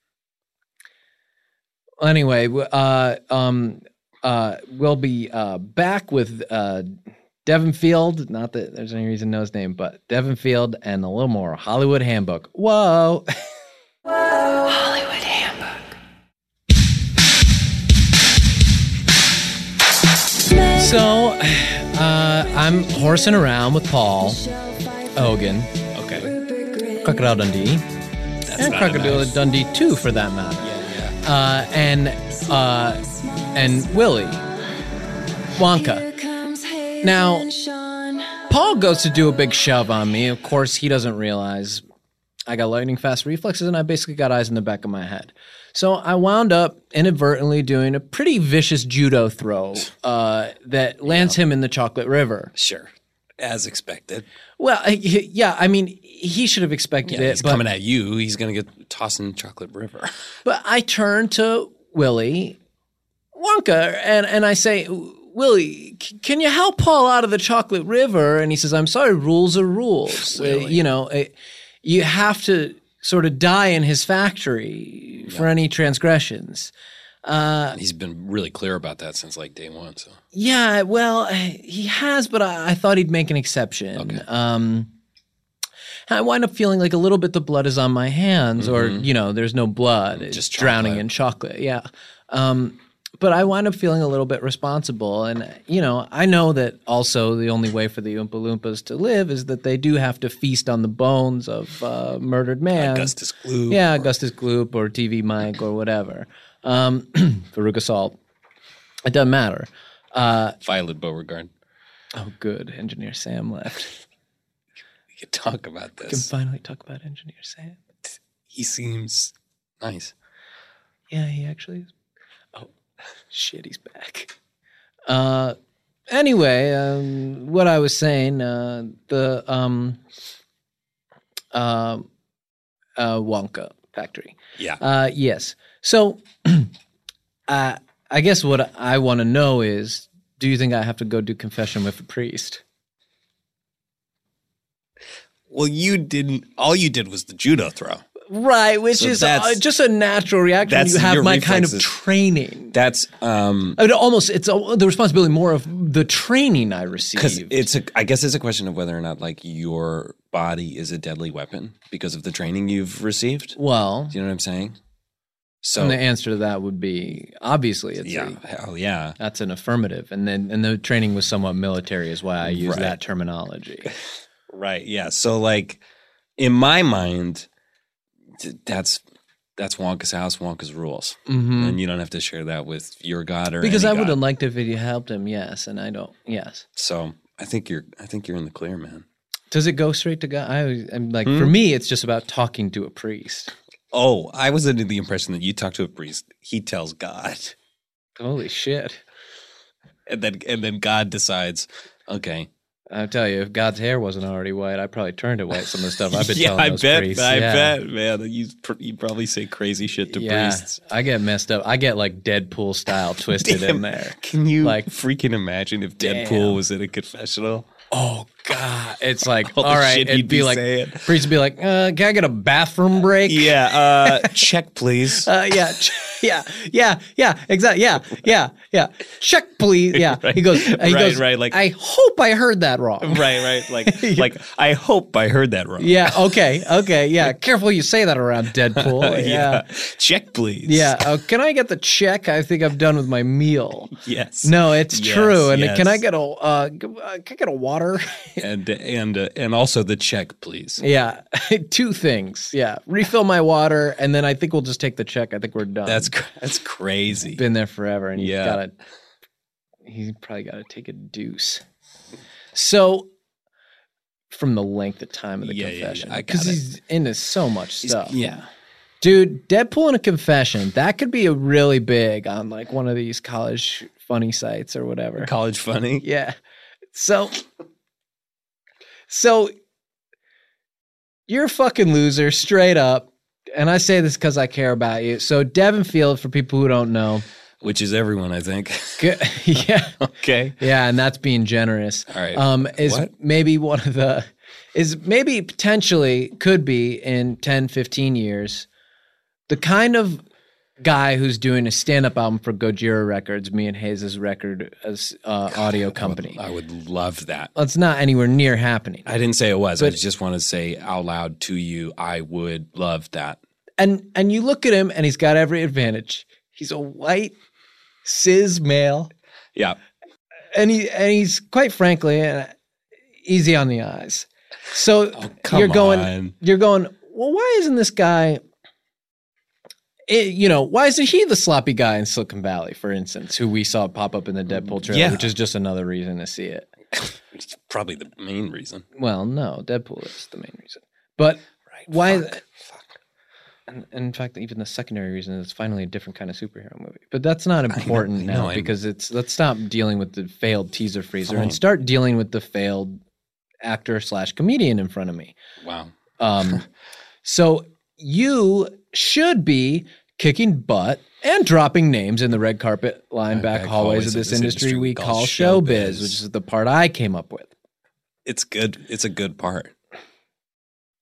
B: Well, anyway, w- uh, um, uh, we'll be uh, back with uh, Devin Field. Not that there's any reason to know his name, but Devin Field and a little more Hollywood Handbook. Whoa.
N: Hollywood Handbook.
B: So, uh, I'm horsing around with Paul Ogan. Okay. Crocodile Dundee. and
C: not
B: Crocodile Dundee 2, for that matter. Yeah, yeah. Uh, and, uh, and Willie Wonka. Now, Paul goes to do a big shove on me. Of course, he doesn't realize I got lightning fast reflexes and I basically got eyes in the back of my head. So I wound up inadvertently doing a pretty vicious judo throw uh, that lands him in the chocolate river.
C: Sure. As expected.
B: Well, I- he- yeah, I mean, he should have expected
C: Yeah,
B: it.
C: he's
B: but,
C: coming at you. He's gonna get tossed in chocolate river.
B: But I turn to Willie Wonka and, and I say, Willie, c- can you help Paul out of the chocolate river? And he says, I'm sorry, rules are rules. Uh, you know, uh, you have to sort of die in his factory for any transgressions. Uh,
C: He's been really clear about that since like day one. So
B: yeah, well, he has, but I, I thought he'd make an exception. Um, I wind up feeling like a little bit the blood is on my hands, or
C: Mhm.
B: you know, there's no blood, it's just drowning in chocolate. Yeah, um, but I wind up feeling a little bit responsible, and you know, I know that also the only way for the Oompa Loompas to live is that they do have to feast on the bones of uh, murdered man,
C: Augustus Gloop
B: yeah, Augustus Gloop or TV Mike or whatever, um, Veruca Salt. It doesn't matter. Uh,
C: Violet Beauregard.
B: Oh, good. Engineer Sam left.
C: we could talk about
B: We can
C: this.
B: finally talk about Engineer Sam.
C: He seems nice.
B: Yeah, he actually is. Oh, shit, he's back. Uh, anyway, um, what I was saying, uh, the um, uh, uh, Wonka factory.
C: Yeah.
B: Uh, yes. So, uh, I guess what I want to know is, do you think I have to go do confession with a priest?
C: Well, you didn't. All you did was the judo throw.
B: Right, which
C: So
B: is uh,
C: that's-
B: just a natural reaction. when
C: that's
B: You have
C: your
B: my kind of
C: reflexes.
B: training.
C: That's um
B: I mean, almost it's uh, the responsibility more of the training I
C: because
B: receive.
C: it's a. I guess it's a question of whether or not like your body is a deadly weapon because of the training you've received.
B: Well,
C: Do you know what I'm saying? So
B: and the answer to that would be obviously it's
C: Yeah,
B: a-
C: hell yeah.
B: that's an affirmative, and then and the training was somewhat military is why I use
C: Right.
B: that terminology.
C: Right. Yeah. So like in my mind, th- that's that's Wonka's house, Wonka's rules,
B: Mhm.
C: and you don't have to share that with your god or
B: Because
C: any
B: I
C: god.
B: would have liked if it helped him, yes, and I don't, yes.
C: So I think you're I think you're in the clear, man.
B: Does it go straight to God? I, always- I'm like, for
C: Hmm?
B: me, it's just about talking to a priest.
C: Oh, I was under the impression that you talk to a priest, he tells God,
B: Holy shit!
C: and then and then God decides, okay.
B: I tell you, if God's hair wasn't already white, I probably turned it white. Some of the stuff I've been
C: yeah,
B: telling
C: I
B: those
C: bet,
B: priests.
C: I
B: Yeah.
C: bet, man. You pr- you probably say crazy shit to
B: yeah,
C: priests.
B: I get messed up. I get like Deadpool style twisted in
C: Damn,
B: there.
C: Can you
B: Like-
C: like freaking imagine if Deadpool
B: Damn.
C: was in a confessional?
B: Oh God! It's like
C: All
B: all
C: the
B: right.
C: shit
B: it'd
C: he'd
B: be,
C: be
B: like
C: saying.
B: priest would be like, uh, "Can I get a bathroom break?"
C: Yeah. Uh, check, please.
B: Uh, yeah, ch- yeah, yeah, yeah, exactly. Yeah, yeah, yeah. Check, please. Yeah. He goes. He
C: Right,
B: goes.
C: right, like-
B: I hope I heard that wrong.
C: right, right. Like, like I hope I heard that wrong.
B: Yeah. Okay. Okay. Yeah. Careful you say that around Deadpool. yeah.
C: Check, please.
B: Yeah. Oh, can I get the check? I think I'm done with my meal.
C: Yes.
B: No, it's
C: Yes,
B: true. And can I
C: yes.
B: get a uh, g- uh, can I get a water?
C: And and uh, and also the check, please.
B: yeah. Two things. Yeah. Refill my water, and then I think we'll just take the check. I think we're done.
C: That's cr- that's crazy.
B: Been there forever, and he's
C: Yeah.
B: got to. He's probably got to take a deuce. So, from the length of time of the
C: Yeah, yeah, yeah,
B: confession,
C: I got
B: because
C: it.
B: he's into so much stuff.
C: yeah.
B: Dude, Deadpool in a confession, that could be a really big on like one of these college funny sites or whatever.
C: College funny.
B: Yeah. So So you're a fucking loser, straight up. And I say this because I care about you. So Devin Field, for people who don't know,
C: which is everyone, I think.
B: Good- yeah,
C: okay.
B: yeah, and that's being generous. All
C: right.
B: Um, is
C: What?
B: maybe one of the is maybe potentially could be in 10, 15 years, the kind of guy who's doing a stand-up album for Gojira Records, me and Hayes' record as uh, audio company.
C: I would love that.
B: It's not anywhere near happening.
C: I didn't say it was. I just want to say out loud to you, I would love that.
B: and and you look at him and he's got every advantage. He's a white cis male,
C: Yeah.
B: and he and he's quite frankly uh, easy on the eyes. So
C: Oh, come
B: you're going,
C: on.
B: you're going. Well, why isn't this guy? eh, you know, why isn't he the sloppy guy in Silicon Valley, for instance, who we saw pop up in the Deadpool trailer,
C: Yeah.
B: which is just another reason to see it.
C: It's probably the main reason.
B: Well, no, Deadpool is the main reason. But why? And, and in fact, even the secondary reason is finally a different kind of superhero movie. But that's not important
K: I
B: now
K: know, I'm-
B: because it's let's stop dealing with the failed teaser freezer
K: Fine.
B: and start dealing with the failed actor slash comedian in front of me.
C: Wow.
B: Um, so you should be kicking butt and dropping names in the red carpet line back hallways of this, industry, we call showbiz, which is the part I came up with.
C: It's good. It's a good part.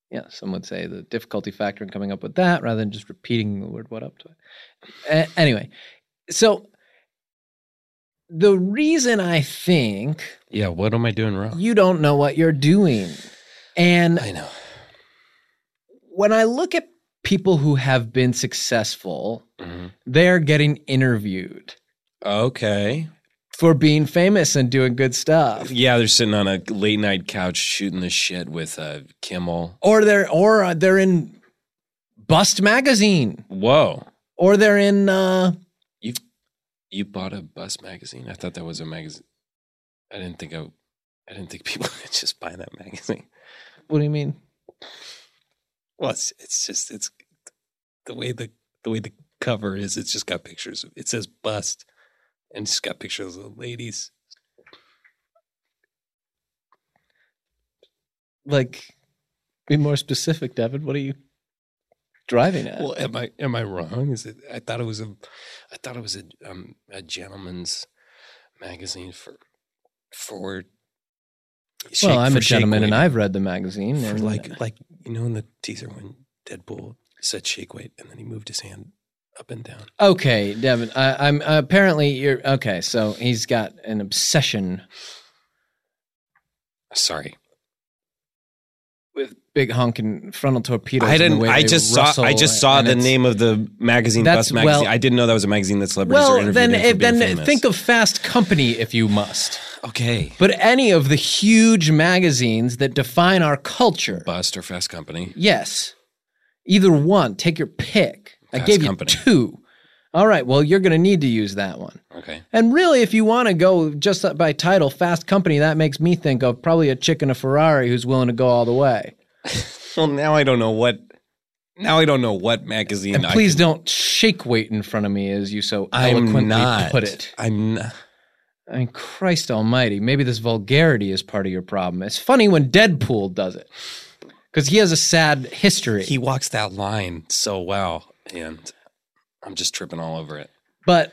B: Yeah, some would say the difficulty factor in coming up with that rather than just repeating the word what up to it. A- anyway, so the reason I think
C: Yeah. What am I doing wrong?
B: you don't know what you're doing. And I
C: know.
B: When I look at people who have been successful, they're getting interviewed
C: Okay.
B: for being famous and doing good stuff.
C: Yeah, they're sitting on a late night couch shooting the shit with uh, Kimmel.
B: Or they're or uh, they're in Bust magazine
C: Whoa.
B: or they're in uh
C: You you bought a bus magazine? I thought that was a magazine. I didn't think I I didn't think people would just buy that magazine.
B: what do you mean?
C: Well, it's it's just it's the way the the way the cover is. It's just got pictures. of It says bust, and it's got pictures of ladies.
B: like be more specific david what are you driving at
C: Well, am I am I wrong? Is it? I thought it was a I thought it was a um, a gentleman's magazine for for. shake-
B: well i'm
C: for
B: a gentleman
C: shake
B: and
C: weight.
B: i've read the magazine
C: For
B: and
C: like like you know in the teaser when Deadpool said shake weight and then he moved his hand up and down.
B: uh, okay david I, i'm apparently you're okay so he's got an obsession
C: Sorry.
B: with big honking frontal torpedoes
C: I
B: and the
C: didn't
B: way
C: I
B: they
C: just saw I
B: rustle
C: just saw
B: and
C: the
B: it's-
C: name of the magazine
B: That's-
C: Bus magazine.
B: well-
C: I didn't know that was a magazine that celebrities are
B: well
C: interviewed
B: then
C: in for
B: it,
C: being
B: then eh,
C: famous.
B: think of fast company if you must
C: Okay.
B: but any of the huge magazines that define our culture
C: Bust or Fast Company.
B: Yes. Either one. Take your pick. I
C: Fast
B: gave
C: company.
B: you two. All right. Well, you're going to need to use that one.
C: Okay.
B: And really, if you want to go just by title, Fast Company, that makes me think of probably a chick in a Ferrari who's willing to go all the way.
C: Well now I don't know what now I don't know what magazine
B: And
C: I
B: please
C: could-
B: don't shake weight in front of me as you so eloquently
C: I'm not
B: put it.
C: I'm not
B: I mean, Christ almighty, maybe this vulgarity is part of your problem. It's funny when Deadpool does it because he has a sad history.
C: he walks that line so well and I'm just tripping all over it.
B: But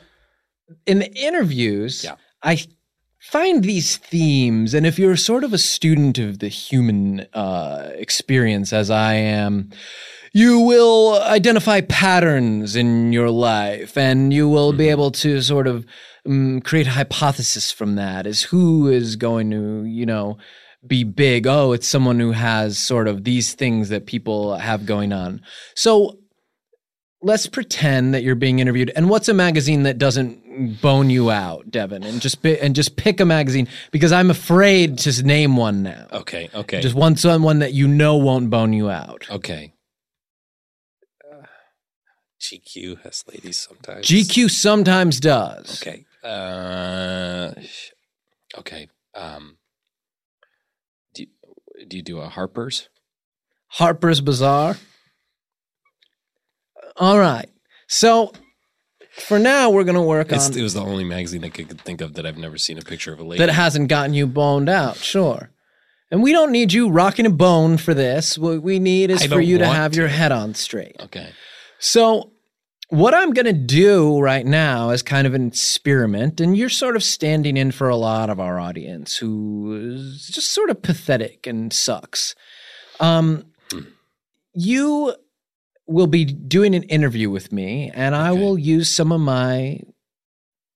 B: in the interviews, I find these themes. And if you're sort of a student of the human uh, experience, as I am, you will identify patterns in your life and you will be able to sort of um, create a hypothesis from that as who is going to, you know, be big. Oh, it's someone who has sort of these things that people have going on. So let's pretend that you're being interviewed and what's a magazine that doesn't bone you out devin and just pi- and just pick a magazine because i'm afraid to s- name one now
C: Okay, okay.
B: just one someone that you know won't bone you out
C: Okay. GQ has ladies sometimes.
B: gq sometimes does
C: Okay. Uh, sh- okay. Um, do you, do you do a Harper's?
B: harper's bazaar all right so for now we're going to work
C: It's,
B: on
C: it was the only magazine I could think of that I've never seen a picture of a lady.
B: that hasn't gotten you boned out sure And we don't need you rocking a bone for this. What we need is
K: I
B: for
K: don't
B: you to
K: want
B: have
K: to.
B: your head on straight.
C: Okay.
B: So, what I'm going to do right now is kind of an experiment, and you're sort of standing in for a lot of our audience who is just sort of pathetic and sucks. Um, you will be doing an interview with me, and I will use some of my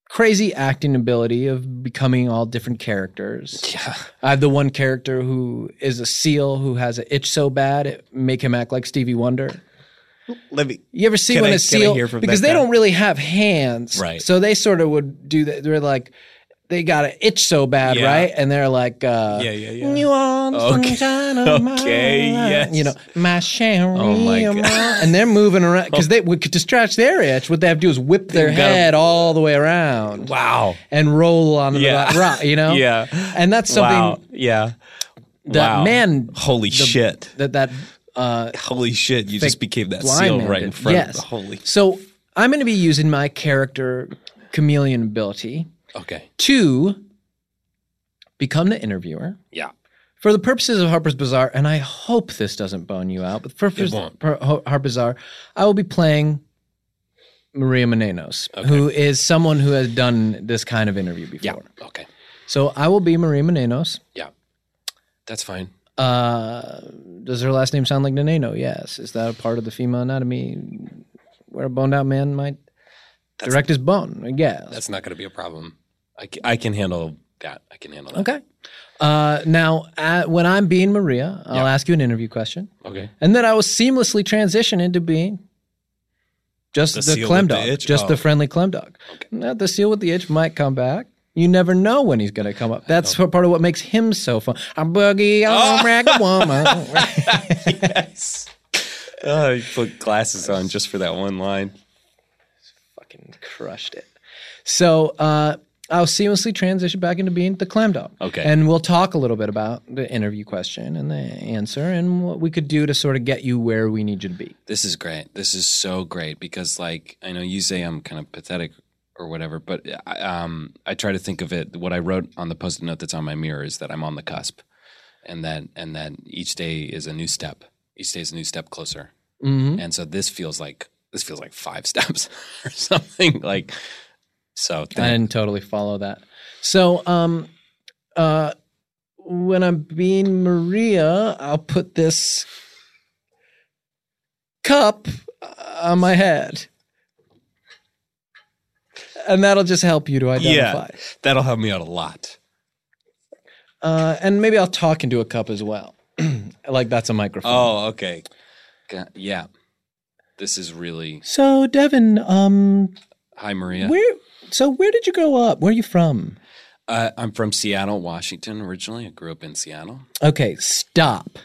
B: crazy acting ability of becoming all different characters. Yeah. I have the one character who is a seal who has an itch so bad it make him act like Stevie Wonder.
C: Let me.
B: You ever see
C: Can
B: when
C: I-
B: a
C: can I
B: seal
C: hear from
B: because
C: that
B: they
C: guy?
B: don't really have hands,
C: Right.
B: So they sort of would do that. They're like, they got an itch so bad,
C: Yeah.
B: right? And they're like, uh,
C: Yeah, yeah, yeah.
B: You are the
C: Okay.
B: sunshine of my
C: Okay,
B: life."
C: yes.
B: You know, my Sherry.
C: Oh my
B: am
C: God.
B: I- And they're moving around because they would to scratch their itch. What they have to do is whip their
C: They've gotta-
B: head all the way around.
C: Wow.
B: And roll on
C: Yeah.
B: the rock. You know.
C: Yeah.
B: And that's something
C: Wow. Yeah.
B: that
C: Wow.
B: man.
C: Holy
B: the-
C: shit.
B: That that. Uh,
C: Holy shit. You
B: thick
C: just became that
B: blind
C: seal
B: man
C: right in
B: did.
C: front
B: Yes.
C: of the holy.
B: So I'm going to be using my character chameleon ability
C: Okay.
B: to become the interviewer
C: Yeah.
B: for the purposes of Harper's Bazaar, and I hope this doesn't bone you out. But for
C: It won't.
B: for Ho- Harper's Bazaar, I will be playing Maria Menounos, who is someone who has done this kind of interview before.
C: Okay.
B: So I will be Maria Menounos.
C: Yeah. That's fine.
B: Uh, does her last name sound like Nanano? Yes. Is that a part of the female anatomy where a boned out man might direct his bone? Yes.
C: That's not going to be a problem. I can, I can handle that. I can handle that.
B: Okay. Uh, now, uh, when I'm being Maria, I'll
C: Yeah.
B: ask you an interview question,
C: Okay.
B: and then I will seamlessly transition into being just
C: The
B: the,
C: seal
B: clem
C: with the
B: dog,
C: itch?
B: just
C: Oh.
B: the friendly clem dog. Now, the seal with the itch might come back. You never know when he's going to come up. That's part of what makes him so fun. I'm boogie, I'm
C: Oh.
B: rag woman.
C: yes. Oh, you put glasses on just for that one line.
B: Fucking crushed it. So uh, I'll seamlessly transition back into being the clam dog.
C: Okay.
B: And we'll talk a little bit about the interview question and the answer and what we could do to sort of get you where we need you to be.
C: This is great. This is so great because, like, I know you say I'm kind of pathetic or whatever, but I, um, I try to think of it. What I wrote on the post-it note that's on my mirror is that I'm on the cusp, and that and that each day is a new step. Each day is a new step closer.
B: Mhm.
C: And so this feels like this feels like five steps or something. Like, so
B: I
C: thank-
B: didn't totally follow that. So um, uh, when I'm being Maria, I'll put this cup uh, on my head. And that'll just help you to identify.
C: yeah, that'll help me out a lot.
B: Uh, and maybe I'll talk into a cup as well. like that's a microphone.
C: Oh, okay. Got- Yeah. This is really
B: So Devin, um,
C: Hi Maria.
B: where? So where did you grow up? Where are you from?
C: Uh, I'm from Seattle, Washington originally. I grew up in Seattle.
B: Okay, stop.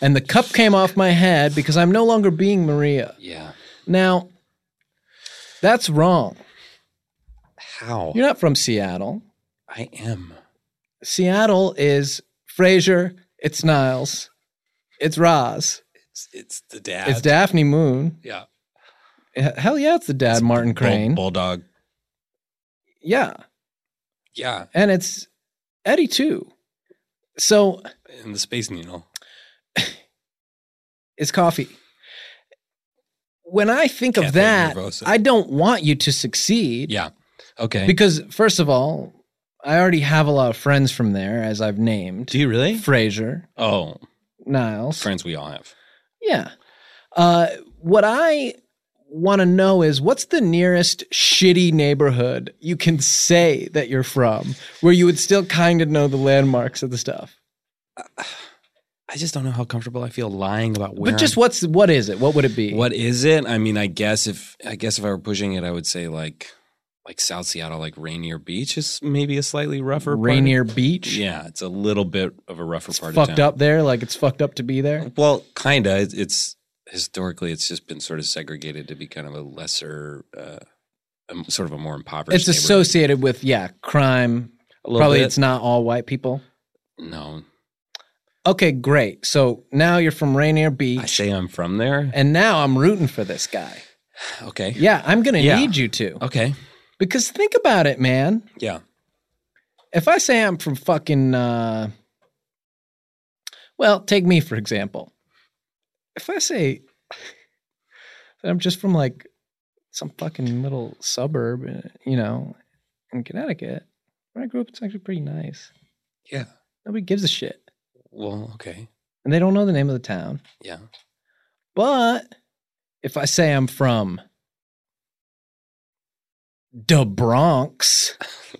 B: And the cup came off my head because I'm no longer being Maria.
C: Yeah.
B: Now, that's wrong.
C: How?
B: You're not from Seattle.
C: I am.
B: Seattle is Fraser. It's Niles. It's Roz.
C: It's, it's the dad.
B: It's Daphne Moon.
C: Yeah.
B: H- Hell yeah, it's the dad, Martin
C: Bull-
B: Crane.
C: Bulldog.
B: Yeah.
C: Yeah.
B: and it's Eddie too. So
C: And the Space Needle.
B: it's coffee. When I think of
C: Cafe
B: that,
C: Nervosa.
B: I don't want you to succeed.
C: Yeah. Okay.
B: Because first of all, I already have a lot of friends from there, as I've named. Do
C: you really?
B: Fraser,
C: oh,
B: Niles.
C: friends we all have.
B: Yeah. Uh, what I want to know is what's the nearest shitty neighborhood you can say that you're from, where you would still kind of know the landmarks of the stuff.
C: I just don't know how comfortable I feel lying about where.
B: but just what's what is it? What would it be?
C: I'm- what is it? I mean, I guess if I guess if I were pushing it, I would say like like South Seattle, like Rainier Beach is maybe a slightly rougher. part of-
B: Rainier Beach?
C: Yeah, it's a little bit of a rougher part. of
B: fucked
C: town.
B: up there? Like it's fucked up to be there?
C: Well, kinda. It's, it's historically, it's just been sort of segregated to be kind of a lesser, uh, um, sort of a more impoverished.
B: It's associated with yeah, crime.
C: A little
B: Probably
C: bit.
B: it's not all white people.
C: neighborhood.
B: Okay, great. So now you're from Rainier
C: No, I
B: Beach,
C: say I'm from there.
B: and now I'm rooting for this guy.
C: Okay.
B: Yeah, I'm gonna
C: Yeah.
B: need you to
C: Okay.
B: because think about it, man.
C: Yeah.
B: If I say I'm from fucking uh, Well, take me for example. If I say that I'm just from like some fucking little suburb, uh, you know, in Connecticut, where I grew up, it's actually pretty nice.
C: Yeah.
B: Nobody gives a shit.
C: Well, okay.
B: And they don't know the name of the town.
C: Yeah.
B: But if I say I'm from the Bronx,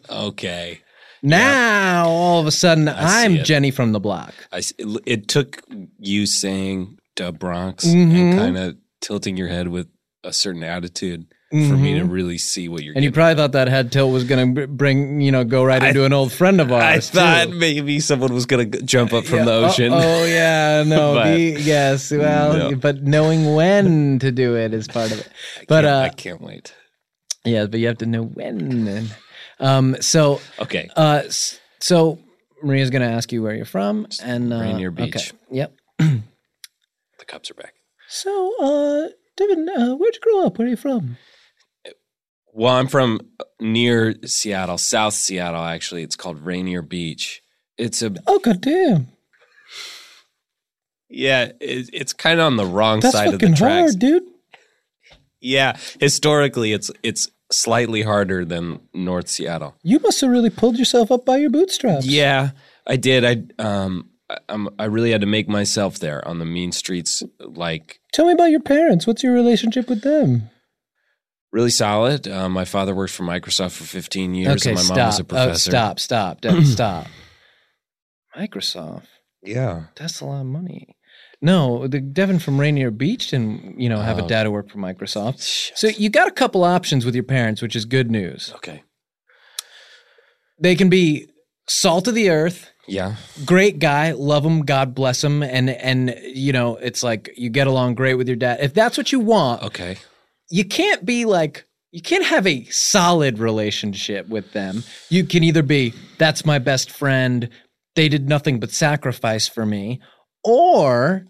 C: Okay.
B: now all of a sudden
C: I see
B: I'm
C: it.
B: Jenny from the block.
C: I s it, it took you saying the Bronx
B: Mhm.
C: and kind of tilting your head with a certain attitude for me to
B: Mhm.
C: really see what you're
B: And you probably thought that head tilt was going to bring, you know, go right into an old friend of ours.
C: I thought
B: too.
C: maybe someone was going to jump up from the ocean.
B: Oh yeah, no.
C: But- mm,
B: the- yes, well,
C: No.
B: but knowing when to do it is part of it. But
C: I
B: uh,
C: can't wait.
B: yeah, but you have to know when. And, um, so
C: Okay.
B: uh, s- so Maria's gonna ask you where you're from and uh,
C: Rainier Beach.
B: okay. Yep.
C: The cops are back.
B: So, uh, Devin, uh, where'd you grow up? Where are you from?
C: Well, I'm from near Seattle, South Seattle, actually. It's called Rainier Beach. It's a,
B: Oh goddamn,
C: yeah, it, it's kind of on the wrong
B: that's
C: side of the
B: fucking
C: tracks.
B: hard, dude.
C: Yeah, historically, it's it's slightly harder than North Seattle.
B: You must have really pulled yourself up by your bootstraps.
C: Yeah, I did. I um, I, I'm, I really had to make myself there on the mean streets, like
B: Tell me about your parents. What's your relationship with them?
C: really solid. Uh, my father worked for Microsoft for 15 years, and my
B: stop.
C: mom was a
B: Oh,
C: professor.
B: stop, stop, Devin, stop. Microsoft.
C: Yeah.
B: That's a lot of money. No, the Devin from Rainier Beach didn't, you know, have
C: Oh.
B: a dad who worked for Microsoft. So you got a couple options with your parents, which is good news.
C: Okay.
B: They can be salt of the earth,
C: Yeah.
B: great guy, love him, God bless him, and and you know, it's like you get along great with your dad. If that's what you want,
C: Okay.
B: you can't be like you can't have a solid relationship with them. You can either be that's my best friend, they did nothing but sacrifice for me, or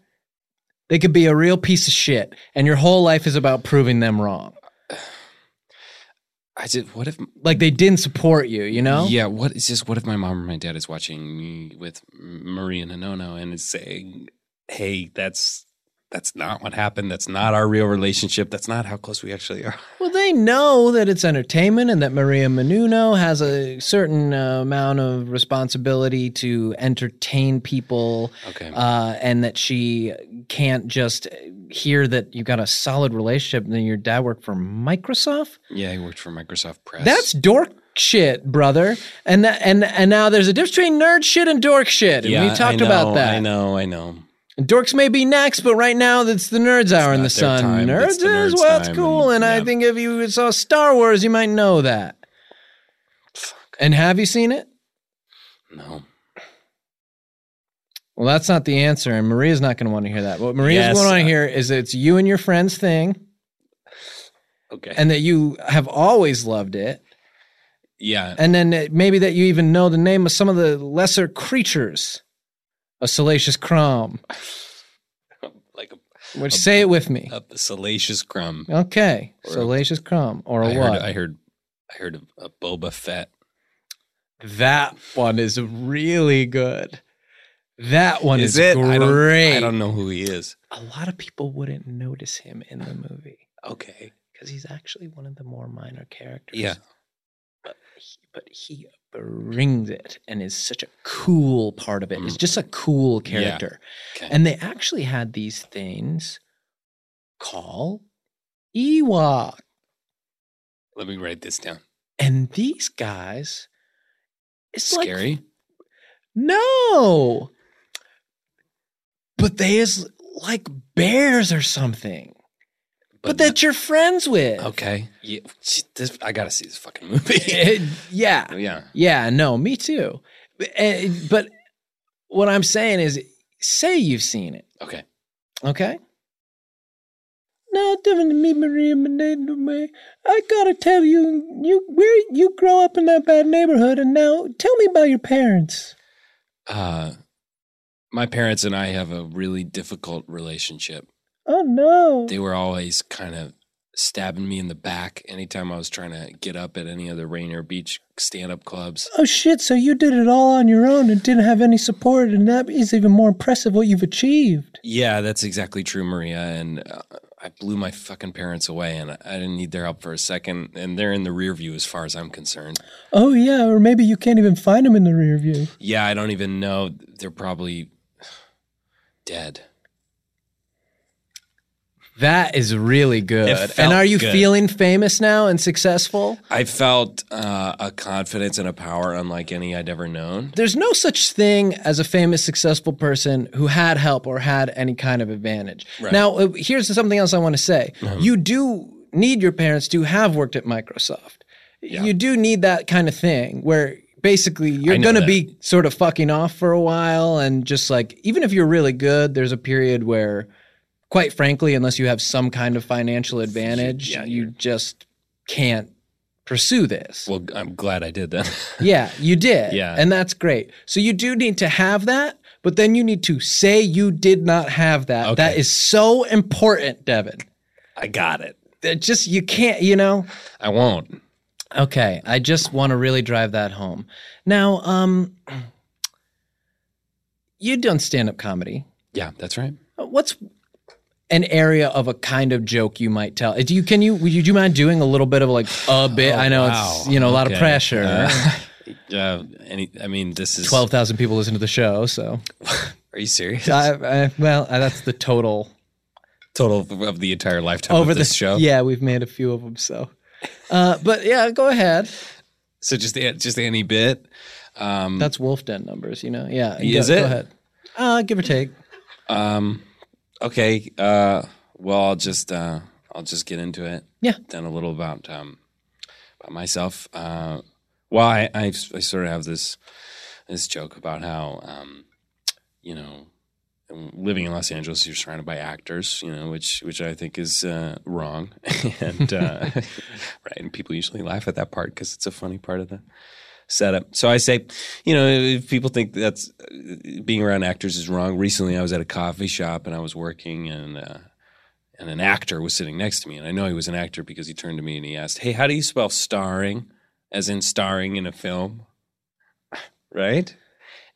B: they could be a real piece of shit and your whole life is about proving them wrong.
C: I did. What if?
B: Like they didn't support you, you know?
C: Yeah. What is just? What if my mom or my dad is watching me with Marie and Nono and is saying, "Hey, that's." That's not what happened. That's not our real relationship. That's not how close we actually are.
B: Well, they know that it's entertainment and that Maria Menouno has a certain uh, amount of responsibility to entertain people.
C: Okay.
B: Uh, and that she can't just hear that you got a solid relationship and then your dad worked for Microsoft.
C: Yeah, he worked for Microsoft Press.
B: That's dork shit, brother. And that, and and now there's a difference between nerd shit and dork shit. And
C: yeah,
B: we talked
C: I know,
B: about that.
C: I know. I know.
B: And dorks may be next, but right now it's the nerds hour in the
C: their
B: sun.
C: time,
B: Nerds
C: it's the
B: is
C: nerds'
B: what's
C: time,
B: cool, and, I think if you saw Star Wars, you might know that. And have you seen it?
C: No.
B: Well, that's not the answer, and Maria's not going to want to hear that. What Maria's
C: Yes,
B: going to want
C: I-
B: to hear is that it's you and your friend's thing,
C: Okay.
B: and that you have always loved it,
C: yeah.
B: and then that maybe that you even know the name of some of the lesser creatures, a salacious crumb.
C: like
B: Which say it with me?
C: a, a salacious crumb.
B: Okay,
C: Or a-
B: salacious crumb, or a
C: I
B: what?
C: heard. I heard. I heard of a Boba Fett.
B: That one is really good. That one is,
C: it?
B: great.
C: I don't, I don't know who he is.
B: A lot of people wouldn't notice him in the movie
C: Okay.
K: because he's actually one of the more minor characters.
C: Yeah.
K: but he
B: brings it and is such a cool part of it.
C: Mm.
B: It's just a cool
K: Yeah.
B: character.
C: Okay.
B: And they actually had these things called Ewok.
C: Let me write this down.
B: And these guys, it's like
C: Scary.
B: no. But they is like bears or something. But, that you're friends with.
C: okay. Yeah. shit, This, I gotta see this fucking movie. Oh,
B: Eh, yeah.
C: yeah.
B: Yeah, no, me too. But, eh, but what I'm saying is, say you've seen it,
C: Okay.
B: okay? Now, Devin, to me, Maria, Menendez, I gotta tell you, you where you grow up in that bad neighborhood, and now tell me about your parents.
C: Uh, my parents and I have a really difficult relationship.
B: Oh no,
C: They were always kind of stabbing me in the back anytime I was trying to get up at any of the Rainier Beach stand up clubs.
O: Oh shit, so you did it all on your own and didn't have any support, and that is even more impressive what you've achieved.
C: Yeah, that's exactly true, Maria. And uh, I blew my fucking parents away, and I I didn't need their help for a second. And they're in the rear view as far as I'm concerned.
O: Oh yeah, or maybe you can't even find him in the rear view.
C: Yeah, I don't even know. They're probably dead.
B: That is really
C: It
B: good.
C: felt
B: And are you
C: good.
B: feeling famous now and successful?
C: I felt uh, a confidence and a power unlike any I'd ever known.
B: There's no such thing as a famous, successful person who had help or had any kind of advantage.
C: Right. Uh-huh.
B: Now, uh, here's something else I want to say. You do need your parents to have worked at Microsoft. You do need that kind of thing where basically you're
C: I know
B: going to
C: that.
B: be sort of fucking off for a while and just like, even if you're really good, there's a period where, quite frankly, unless you have some kind of financial advantage, you just can't pursue this.
C: Well, I'm glad I did that.
B: Yeah, you did.
C: Yeah.
B: And that's great. So you do need to have that, but then you need to say you did not have that. That is so important, Devin.
C: I got it.
B: That just you can't, you know.
C: I won't.
B: Okay, I just want to really drive that home. Now, um you done stand-up comedy.
C: Yeah, that's right.
B: What's an area of a kind of joke you might tell? Do you can you would you do you mind doing a little bit of like a bit? I know it's
C: Wow.
B: you know a lot of
C: Okay.
B: pressure.
C: Uh, yeah, any, I mean, this is
B: Twelve thousand people listen to the show, so
C: Are you serious? uh,
B: I, I, well, I, that's the total
C: Total of- of the entire lifetime
B: over
C: of this
B: the
C: show.
B: Yeah, we've made a few of them. So, uh, but yeah, go ahead.
C: So just just any bit. Um,
B: That's Wolf Den numbers, you know. Yeah,
C: Is
B: go,
C: it?
B: Go ahead. Uh, give or take.
C: Um, okay. Uh, well, I'll just uh, I'll just get into it.
B: Yeah.
C: Then a little about um, about myself. Uh, well, I, I I sort of have this this joke about how um, you know living in Los Angeles, you're surrounded by actors, you know, which which I think is uh, wrong, and uh, right, and people usually laugh at that part because it's a funny part of the setup. So I say, you know, if people think that's uh, being around actors is wrong. Recently, I was at a coffee shop and I was working, and uh, and an actor was sitting next to me, and I know he was an actor because he turned to me and he asked, "Hey, how do you spell starring?" As in starring in a film, right?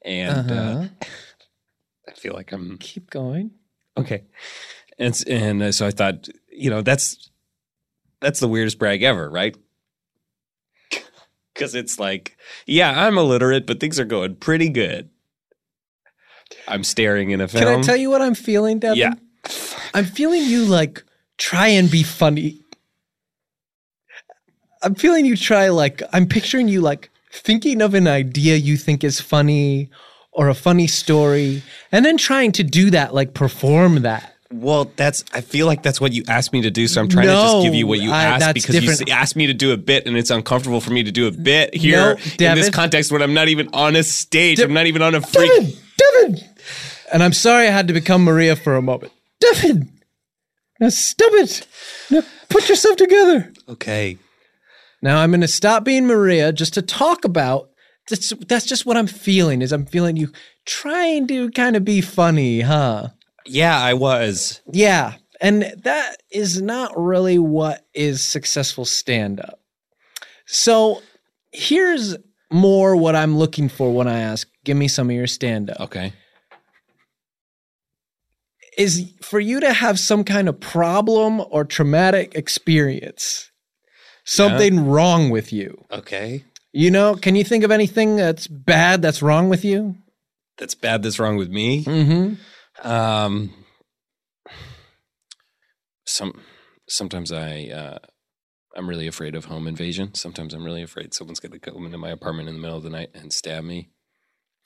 C: And
B: Uh-huh.
C: uh, I feel like I'm
B: Keep going.
C: Okay. And s- and uh, so I thought, you know, that's that's the weirdest brag ever, right? Cuz it's like, yeah, I'm illiterate, but things are going pretty good. I'm staring in a film.
B: Can I tell you what I'm feeling, Devin?
C: Yeah.
B: I'm feeling you like try and be funny. I'm feeling you try like I'm picturing you like thinking of an idea you think is funny or a funny story and then trying to do that like perform that.
C: Well, that's I feel like that's what you asked me to do, so I'm trying to just give you what you
B: No, I-
C: asked
B: that's
C: because
B: different.
C: you s- asked me to do a bit and it's uncomfortable for me to do a bit here in this
B: Devin.
C: context when I'm not even on a stage. I'm not even on a freak.
B: Devin, Devin. And I'm sorry I had to become Maria for a moment. Devin. Now stop it. Now put yourself together.
C: Okay.
B: Now I'm going to stop being Maria just to talk about that's that's just what I'm feeling is I'm feeling you trying to kind of be funny, huh?
C: Yeah, I was.
B: Yeah. And that is not really what is successful stand up. So here's more what I'm looking for when I ask, give me some of your stand up.
C: Okay.
B: Is for you to have some kind of problem or traumatic experience, something wrong with you.
C: Okay.
B: You know, can you think of anything that's bad that's wrong with you?
C: That's bad that's wrong with me.
B: Mm-hmm.
C: Um, some sometimes I uh, I'm really afraid of home invasion. Sometimes I'm really afraid someone's going to come into my apartment in the middle of the night and stab me.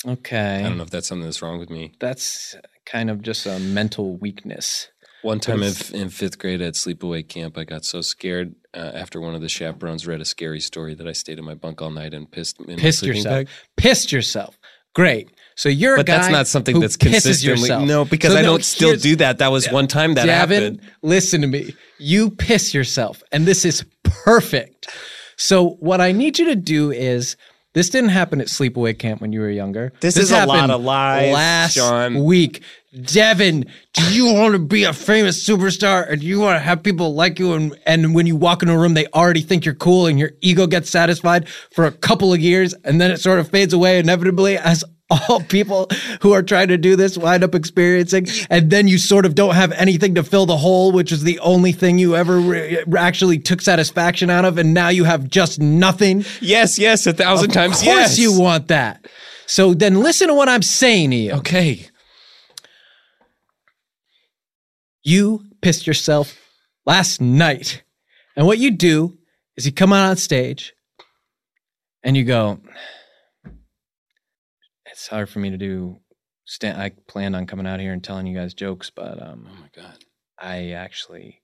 B: Okay.
C: I don't know if that's something that's wrong with me.
B: That's kind of just a mental weakness.
C: One
B: But
C: time in,
B: it's-
C: in fifth grade at sleepaway camp, I got so scared uh, after one of the chaperones read a scary story that I stayed in my bunk all night and pissed in
B: pissed
C: my sleeping
B: yourself.
C: bag.
B: Pissed yourself. Great. So you're a
C: But
B: guy
C: that's not something
B: who
C: that's
B: pisses
C: consistently
B: yourself.
C: no, because
B: So
C: I
B: no,
C: don't still
B: here's-
C: do that. That was one time that
B: Davin,
C: happened.
B: listen to me. You piss yourself, and this is perfect. So what I need you to do is This didn't happen at sleepaway camp when you were younger.
P: This is a lot
B: happened
P: of lies,
B: Last
P: Sean.
B: week, Devin, do you want to be a famous superstar, or do you want to have people like you? And and when you walk into a room, they already think you're cool, and your ego gets satisfied for a couple of years, and then it sort of fades away inevitably as. All people who are trying to do this wind up experiencing, and then you sort of don't have anything to fill the hole, which is the only thing you ever re- actually took satisfaction out of, and now you have just nothing.
P: Yes, yes, a thousand times
B: Of course
P: yes.
B: you want that. So then listen to what I'm saying to you.
P: Okay.
B: You pissed yourself last night. And what you do is you come out on stage and you go, It's hard for me to do. Stand, I planned on coming out here and telling you guys jokes, but um, oh my god, I actually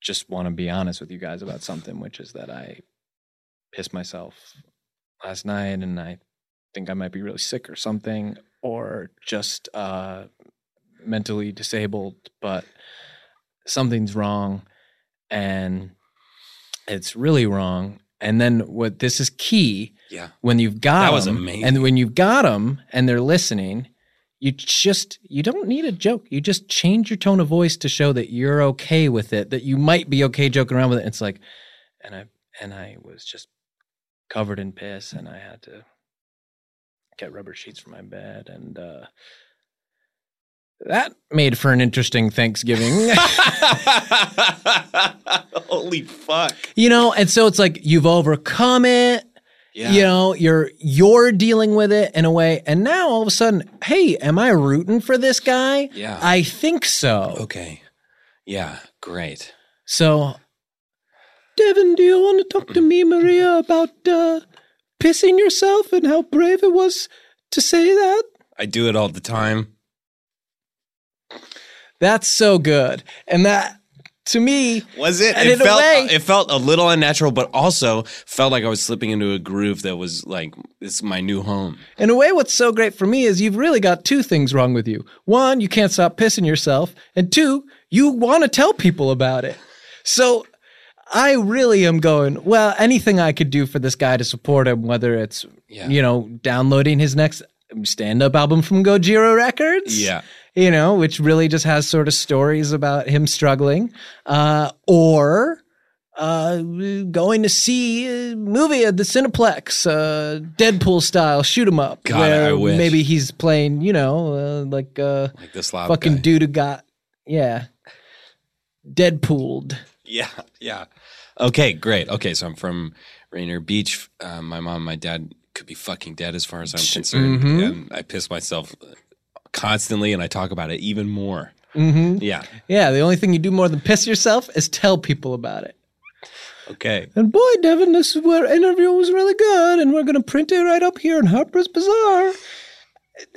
B: just want to be honest with you guys about something, which is that I pissed myself last night, and I think I might be really sick or something, or just uh, mentally disabled. But something's wrong, and it's really wrong. And then what? This is key.
C: Yeah.
B: When you've got
C: That was
B: 'em,
C: amazing.
B: and when you've got them and they're listening, you just you don't need a joke. You just change your tone of voice to show that you're okay with it. That you might be okay joking around with it. It's like, and I and I was just covered in piss, and I had to get rubber sheets for my bed, and uh, that made for an interesting Thanksgiving.
P: Holy fuck.
B: you know and so it's like you've overcome it
P: Yeah.
B: you know you're you're dealing with it in a way and now all of a sudden hey am i rooting for this guy
C: Yeah.
B: i think so
C: okay Yeah, great.
B: so Devin, do you want to talk to me, Maria, about uh, pissing yourself and how brave it was to say that?
C: I do it all the time.
B: that's so good and that to me
C: Was it?
B: and
C: it
B: in a
C: felt
B: way-
C: it felt a little unnatural, but also felt like I was slipping into a groove that was like this is my new home.
B: In a way, what's so great for me is you've really got two things wrong with you. One, you can't stop pissing yourself. And two, you want to tell people about it. So I really am going, well, anything I could do for this guy to support him, whether it's,
C: Yeah.
B: you know, downloading his next stand up album from Gojira Records
C: Yeah.
B: you know, which really just has sort of stories about him struggling, uh, or uh, going to see a movie at the Cineplex, uh, Deadpool style, shoot 'em up,
C: God,
B: where
C: I wish.
B: maybe he's playing, you know, uh, like uh,
C: Like this loud
B: fucking
C: guy.
B: dude who got yeah, Deadpooled.
C: Yeah, yeah. Okay, great. Okay, so I'm from Rainier Beach. Uh, my mom, and my dad could be fucking dead as far as I'm concerned.
B: mhm.
C: And I piss myself constantly, and I talk about it even more.
B: Mm-hmm.
C: Yeah.
B: Yeah, the only thing you do more than piss yourself is tell people about it.
C: Okay.
O: And boy, Devin, this were, interview was really good, and we're going to print it right up here in Harper's Bazaar.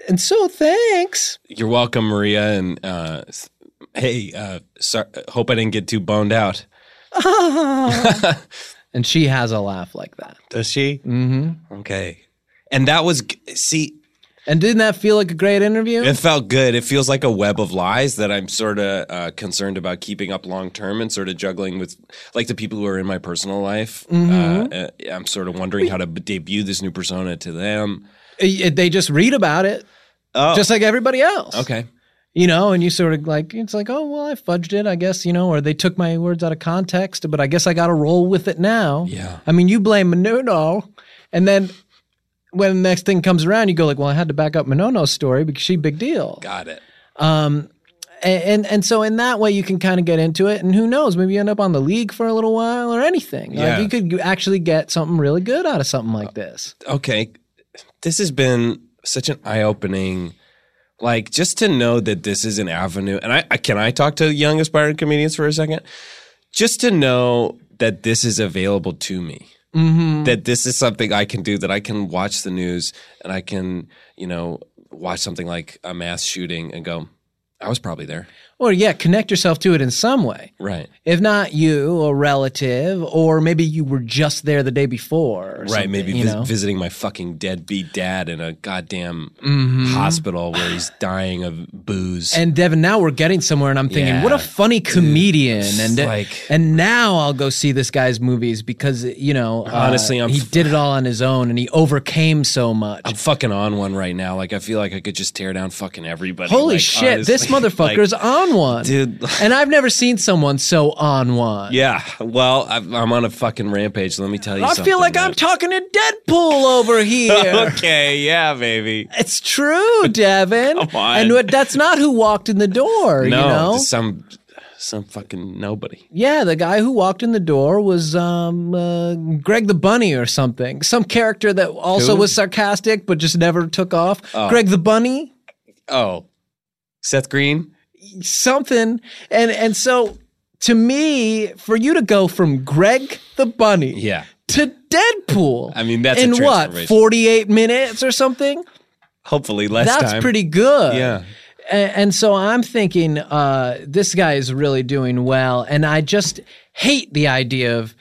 B: And so, thanks.
C: You're welcome, Maria. And uh, s- hey, uh, sor- hope I didn't get too boned out.
B: and she has a laugh like that.
C: Does she?
B: Mm-hmm.
C: Okay. And that was g- see.
B: And didn't that feel like a great interview?
C: It felt good. It feels like a web of lies that I'm sort of uh, concerned about keeping up long term and sort of juggling with like the people who are in my personal life.
B: Mhm.
C: Uh, uh, I'm sort of wondering how to b- debut this new persona to them.
B: Uh, They just read about it,
C: Oh.
B: just like everybody else.
C: Okay.
B: You know, and you sort of like, it's like, oh, well, I fudged it, I guess, you know, or they took my words out of context, but I guess I got to roll with it now.
C: Yeah.
B: I mean, you blame Minono. And then when the next thing comes around, you go like, well, I had to back up Minono's story because she big deal.
C: Got it.
B: Um, and, and and so in that way you can kind of get into it, and who knows, maybe you end up on the league for a little while or anything.
C: Yeah. Uh,
B: Like you could actually get something really good out of something like this.
C: Okay. This has been such an eye opening. Like just to know that this is an avenue, and I, I can I talk to young aspiring comedians for a second. Just to know that this is available to me.
B: Mm-hmm.
C: that this is something I can do that I can watch the news and I can, you know, watch something like a mass shooting and go, I was probably there.
B: Or yeah, connect yourself to it in some way.
C: Right.
B: If not you, a relative, or maybe you were just there the day before. or
C: Right.
B: something,
C: Maybe
B: you
C: vis-
B: know?
C: visiting my fucking deadbeat dad in a goddamn
B: Mhm.
C: hospital where he's dying of booze.
B: And Devin, now we're getting somewhere, and I'm thinking,
C: Yeah,
B: what a funny comedian! And uh,
C: like-
B: and now I'll go see this guy's movies because you know, uh,
C: Honestly, I'm
B: he
C: f-
B: did it all on his own, and he overcame so much.
C: I'm fucking on one right now. Like I feel like I could just tear down fucking everybody.
B: Holy
C: Like,
B: shit, this
C: honestly, like-
B: motherfucker's on one,
C: Dude.
B: and I've never seen someone so on one.
C: Yeah. Well, I'm I'm on a fucking rampage. Let me tell you.
B: I
C: something,
B: feel like I'm
C: man.
B: talking to Deadpool over here.
C: okay. Yeah, baby.
B: It's true, Devin.
C: Come on.
B: And what- that's not who walked in the door, you
C: no,
B: know?
C: some some fucking nobody.
B: Yeah, the guy who walked in the door was um, uh, Greg the Bunny or something. Some character that also
C: Who?
B: was sarcastic but just never took off.
C: Oh.
B: Greg the Bunny,
C: Oh, Seth Green.
B: something. And and so to me, for you to go from Greg the Bunny
C: Yeah.
B: to Deadpool
C: I mean, that's a
B: in what,
C: transformation.
B: 48 minutes or something?
C: Hopefully less
B: that's
C: time.
B: pretty good.
C: Yeah.
B: A- And, so I'm thinking uh, this guy is really doing well, and I just hate the idea of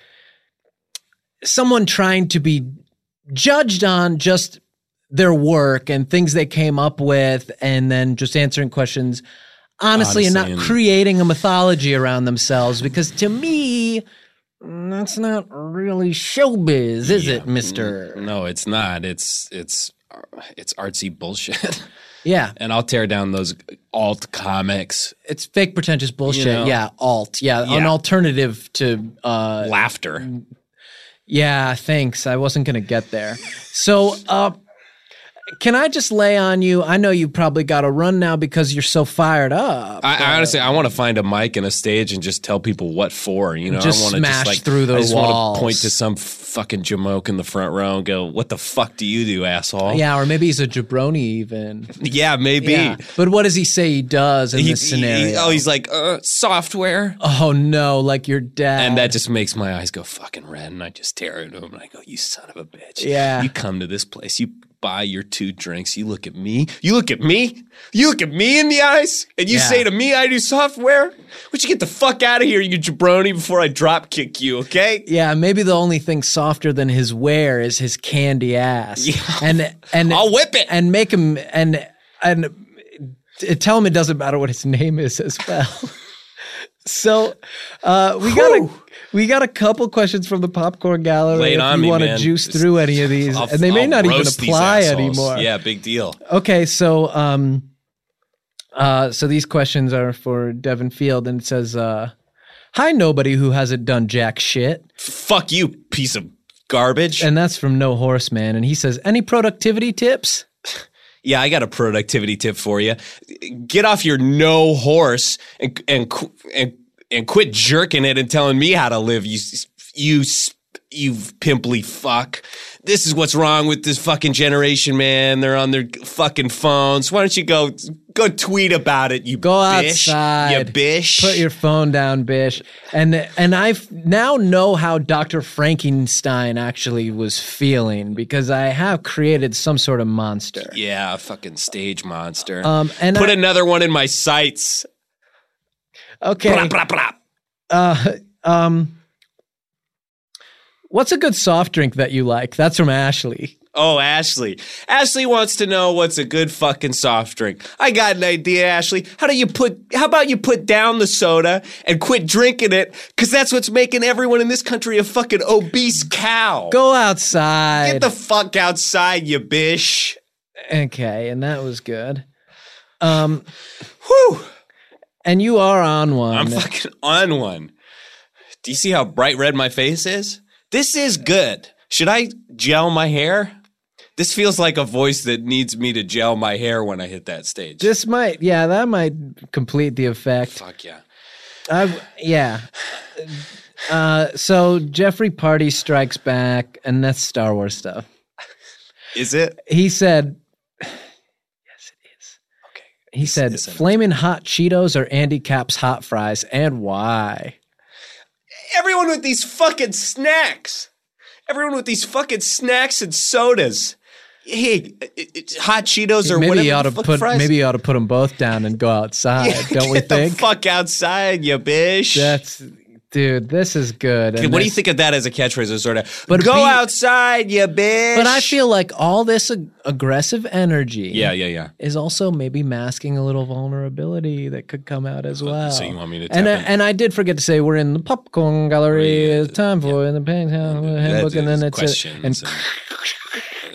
B: someone trying to be judged on just their work and things they came up with, and then just answering questions honestly, and not
C: Honestly, and-
B: creating a mythology around themselves. Because to me, that's not really showbiz, is
C: mm.
B: it, Mister?
C: No, it's not. It's it's it's artsy bullshit.
B: Yeah,
C: and I'll tear down those alt comics.
B: it's fake pretentious bullshit.
C: know?
B: yeah, alt. Yeah, an
C: Yeah.
B: alternative to uh,
C: Laughter.
B: Yeah, thanks. I wasn't gonna get there. So, uh, can I just lay on you? I know you probably got to run now because you're so fired up.
C: I, I honestly,
B: um,
C: I want to find a mic and a stage and just tell people what for. You know,
B: Just
C: I want to
B: smash
C: just like
B: through their
C: I just wanna
B: walls.
C: point to some fucking jamoke in the front row and go, "What the fuck do you do, asshole?"
B: Yeah, or maybe he's a jabroni even.
C: yeah, maybe.
B: Yeah. But what does he say he does in
C: He-
B: this
C: he- he-
B: scenario?
C: oh, he's like uh, software,
B: oh no, like your dad.
C: and that just makes my eyes go fucking red, and I just tear into him and I go, "You son of a bitch!
B: Yeah.
C: you come to this place, you buy your two drinks, you look at me, you look at me, you look at me in the eyes, and you
B: Yeah.
C: say to me, I do software. Would you get the fuck out of here, you jabroni, before I drop kick you? Okay."
B: Yeah, maybe the only thing softer than his wear is his candy ass. And and
C: I'll whip it
B: and make him and and t- tell him it doesn't matter what his name is as well. so uh, we got a we got a couple questions from the popcorn gallery.
C: Lay it
B: if
C: on
B: you
C: me,
B: want to
C: man.
B: juice
C: Just-
B: through any of these,
C: I'll-
B: and they may
C: I'll
B: not even
C: roast these
B: apply
C: assholes.
B: anymore.
C: Yeah, big deal.
B: Okay, so um, uh, so these questions are for Devin Field, and it says, uh, "Hi, nobody who hasn't done jack shit."
C: Fuck you, piece of garbage.
B: And that's from No Horseman. And he says, Any productivity tips?
C: yeah, I got a productivity tip for you. Get off your no horse and and qu- and and quit jerking it and telling me how to live. You s- you s- you pimply fuck. This is what's wrong with this fucking generation, man. They're on their fucking phones. Why don't you go go tweet about it? You
B: Go
C: bish,
B: outside.
C: You bish.
B: Put your phone down, Bish. And and I f- now know how Dr. Frankenstein actually was feeling because I have created some sort of monster.
C: yeah, a fucking stage monster.
B: Um, and
C: Put
B: I-
C: another one in my sights.
B: Okay.
C: Brap, brap, brap.
B: Uh, um, what's a good soft drink that you like? That's from Ashley.
C: Oh, Ashley. Ashley wants to know what's a good fucking soft drink. I got an idea, Ashley. How do you put how about you put down the soda and quit drinking it cuz that's what's making everyone in this country a fucking obese cow.
B: Go outside.
C: Get the fuck outside, you bish.
B: Okay, and that was good. Um, whew. And you are on one.
C: I'm fucking on one. Do you see how bright red my face is? This is good. Should I gel my hair? This feels like a voice that needs me to gel my hair when I hit that stage.
B: This might, yeah, that might complete the effect.
C: Fuck yeah.
B: i yeah. Uh, so Jeffrey Party strikes back, and that's Star Wars stuff.
C: Is it?
B: He said, "Yes, it is." Okay. He said,
C: isn't it?
B: "Flaming hot Cheetos or Andy Cap's hot fries, and why?"
C: Everyone with these fucking snacks. Everyone with these fucking snacks and sodas.
P: hey, it- it's hot Cheetos or
B: maybe
P: whatever.
B: you ought
P: the
B: to
P: fuck
B: put
P: fries-
B: maybe you ought to put them both down and go outside. don't we
P: Get the
B: think?
P: fuck outside, you bitch.
B: That's dude. This is good.
P: Okay,
B: and
P: what do you
B: this-
P: think of that as a catchphrase? Or sort of,
B: But
P: go
B: be-
P: outside, you bitch.
B: But I feel like all this ag- aggressive energy.
C: Yeah, yeah, yeah.
B: Is also maybe masking a little vulnerity that could come out as well.
C: So you want me to
B: and I,
C: tap in?
B: and I did forget to say we're in the popcorn gallery. It's time for in the pink house handbook, and then it's a,
C: questions
B: and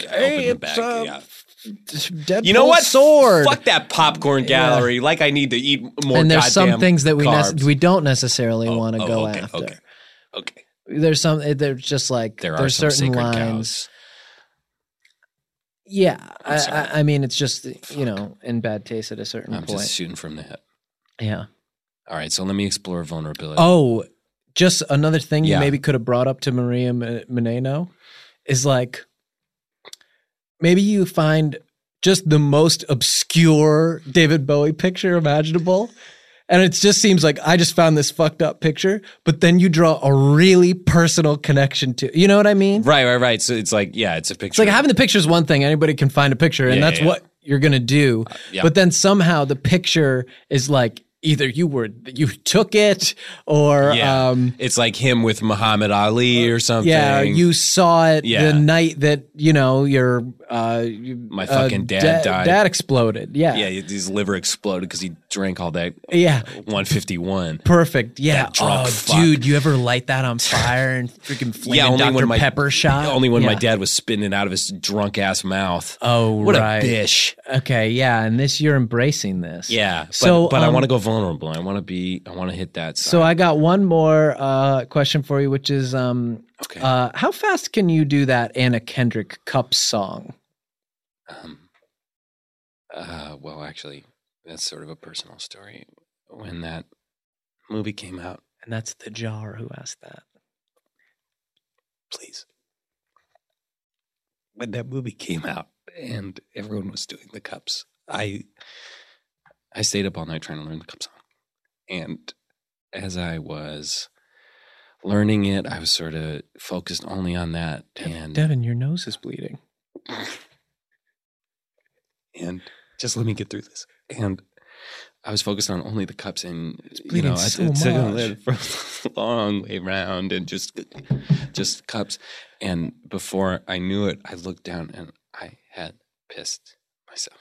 P: Hey,
B: it's a Deadpool
P: you know what?
B: Sword.
P: Fuck that popcorn gallery. Like I need to eat more.
B: and there's some
P: goddamn
B: things that we
P: carbs.
B: nec- we don't necessarily want to
P: oh,
B: go
P: okay,
B: after.
P: okay, okay.
B: There's some. it- There's just like
C: There are
B: there's
C: some
B: certain
C: sacred
B: lines.
C: cows.
B: Yeah,
C: I'm
B: I,
C: sorry.
B: I, I mean, it's just you know in bad taste at a certain
C: I'm
B: point.
C: just shooting from the hip.
B: Yeah.
C: All right, so let me explore vulnerability.
B: Oh, just another thing you
C: Yeah.
B: maybe could have brought up to Maria Men- Meneno is like maybe you find just the most obscure David Bowie picture imaginable. And it just seems like I just found this fucked up picture, but then you draw a really personal connection to you know what I mean?
P: Right, right, right. So it's like, yeah, it's a
B: It's
P: picture.
B: like having the picture is one thing, anybody can find a picture, and
P: Yeah,
B: that's
P: yeah, yeah.
B: what you're gonna do.
P: yeah.
B: But then somehow the picture is like either you were you took it or
P: Yeah.
B: um
P: it's like him with Muhammad Ali or something.
B: Yeah, you saw it
P: Yeah.
B: the night that you know your uh, you-
C: My
B: uh,
C: fucking dad
B: da-
C: died.
B: Dad exploded. Yeah,
C: yeah, his liver exploded because he drank all that.
B: Yeah.
C: 151.
B: perfect. Yeah.
C: That drunk
B: Oh,
C: fuck.
B: dude, you ever light that on fire and freaking flame yeah, Dr. Pepper shot?
C: Only when my
B: Yeah.
C: dad was spitting it out of his drunk ass mouth.
B: Oh,
C: what
B: right.
C: a bitch.
B: Okay, yeah, and this you're embracing this.
C: Yeah. But,
B: So,
C: but I
B: um,
C: want to go vulnerable. I want to be. I want to hit that.
B: So I got one more uh, question for you, which is, um, uh, how fast can you do that Anna Kendrick Cup song?
C: Um, uh, well, actually, that's sort of a personal story. When that movie came out,
B: And that's the jar who asked that.
C: please. When that movie came out and everyone was doing the cups, I I stayed up all night trying to learn the cup song. And as I was learning it, I was sort of focused only on that. And
B: Devin, your nose is bleeding.
C: and just let me get through this. And I was focused on only the cups, and you
B: bleeding
C: know, I
B: so
C: took- took a
B: much.
C: lid from the long way round and just just cups. And before I knew it, I looked down and I had pissed myself.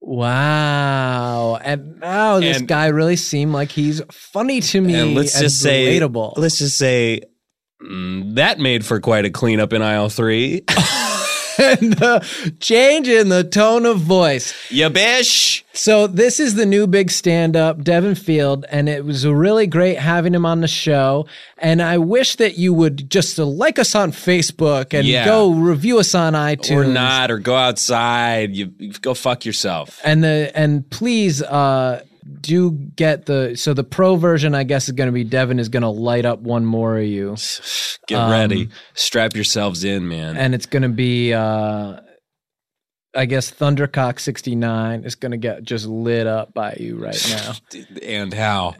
B: Wow. And now this
C: And-
B: guy really seemed like he's funny to me.
P: and let's just say,
B: relatable.
P: let's just say mm, that made for quite a cleanup in aisle three.
B: and the change in the tone of voice.
P: you bitch.
B: So this is the new big stand-up, Devin Field, and it was really great having him on the show. And I wish that you would just like us on Facebook and
P: Yeah.
B: go review us on iTunes.
P: Or not, or go outside. You, you go fuck yourself.
B: and the and please uh do get the so the pro version i guess is going to be devin is going to light up one more of you
C: Get
B: Um,
C: ready, strap yourselves in, man.
B: and it's going to be uh i guess thundercock 69 is going to get just lit up by you right now
C: and how?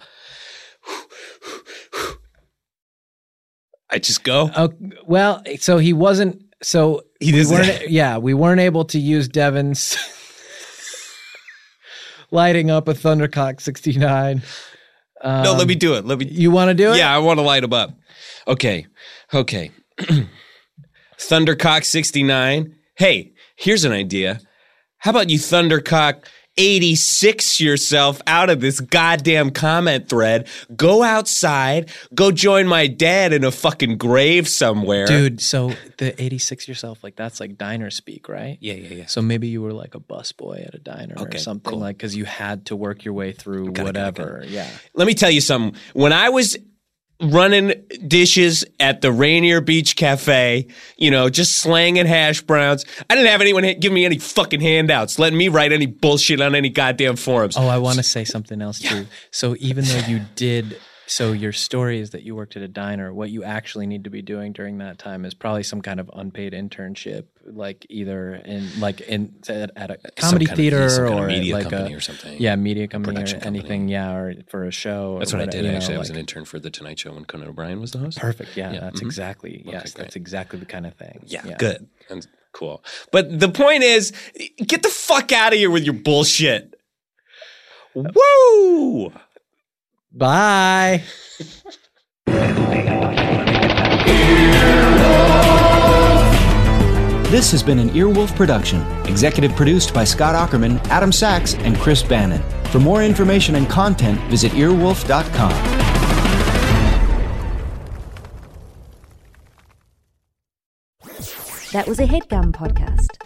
C: I just go.
B: oh well so he wasn't so
C: He
B: we
C: doesn't-
B: weren't, yeah we weren't able to use devin's lighting up a thundercock 69
P: no, let
B: Um,
P: me do it. Let me.
B: you want to do it
P: Yeah, I want to light him up.
C: Okay, okay.
P: Thundercock 69. Hey, here's an idea. How about you Thundercock 86 yourself out of this goddamn comment thread? Go outside, go join my dad in a fucking grave somewhere.
B: Dude, so the 86 yourself, like that's like diner speak, right?
P: Yeah, yeah, yeah.
B: So maybe you were like a busboy at a diner
P: Okay,
B: or something
P: cool.
B: like because you had to work your way through whatever. Yeah.
P: Let me tell you something. When I was running dishes at the Rainier Beach Cafe, you know, just slanging hash browns, I didn't have anyone ha- give me any fucking handouts, letting me write any bullshit on any goddamn forums.
B: Oh, I want to say something else too. So even though you did, so your story is that you worked at a diner, what you actually need to be doing during that time is probably some kind of unpaid internship, like either in like in at, at a comedy
C: kind of- yeah,
B: theater
C: some kind of
B: or at,
C: media
B: like
C: company
B: a,
C: or something.
B: Yeah, media company
C: Production
B: or
C: company.
B: anything. Yeah, or for a show. or
C: That's what I
B: whatever,
C: did.
B: you know,
C: Actually, I was
B: like-
C: an intern for the Tonight Show when Conan O'Brien was the host.
B: Perfect. Yeah, that's
C: mhm.
B: exactly.
C: Okay,
B: yes, that's exactly the kind of thing.
C: Yeah, good. And cool. But the point is, get the fuck out of here with your bullshit. Uh, Woo!
B: Bye.
F: This has been an Earwolf production, executive produced by Scott Ackerman, Adam Sachs, and Chris Bannon. For more information and content, visit earwolf.com.
Q: That was a headgum podcast.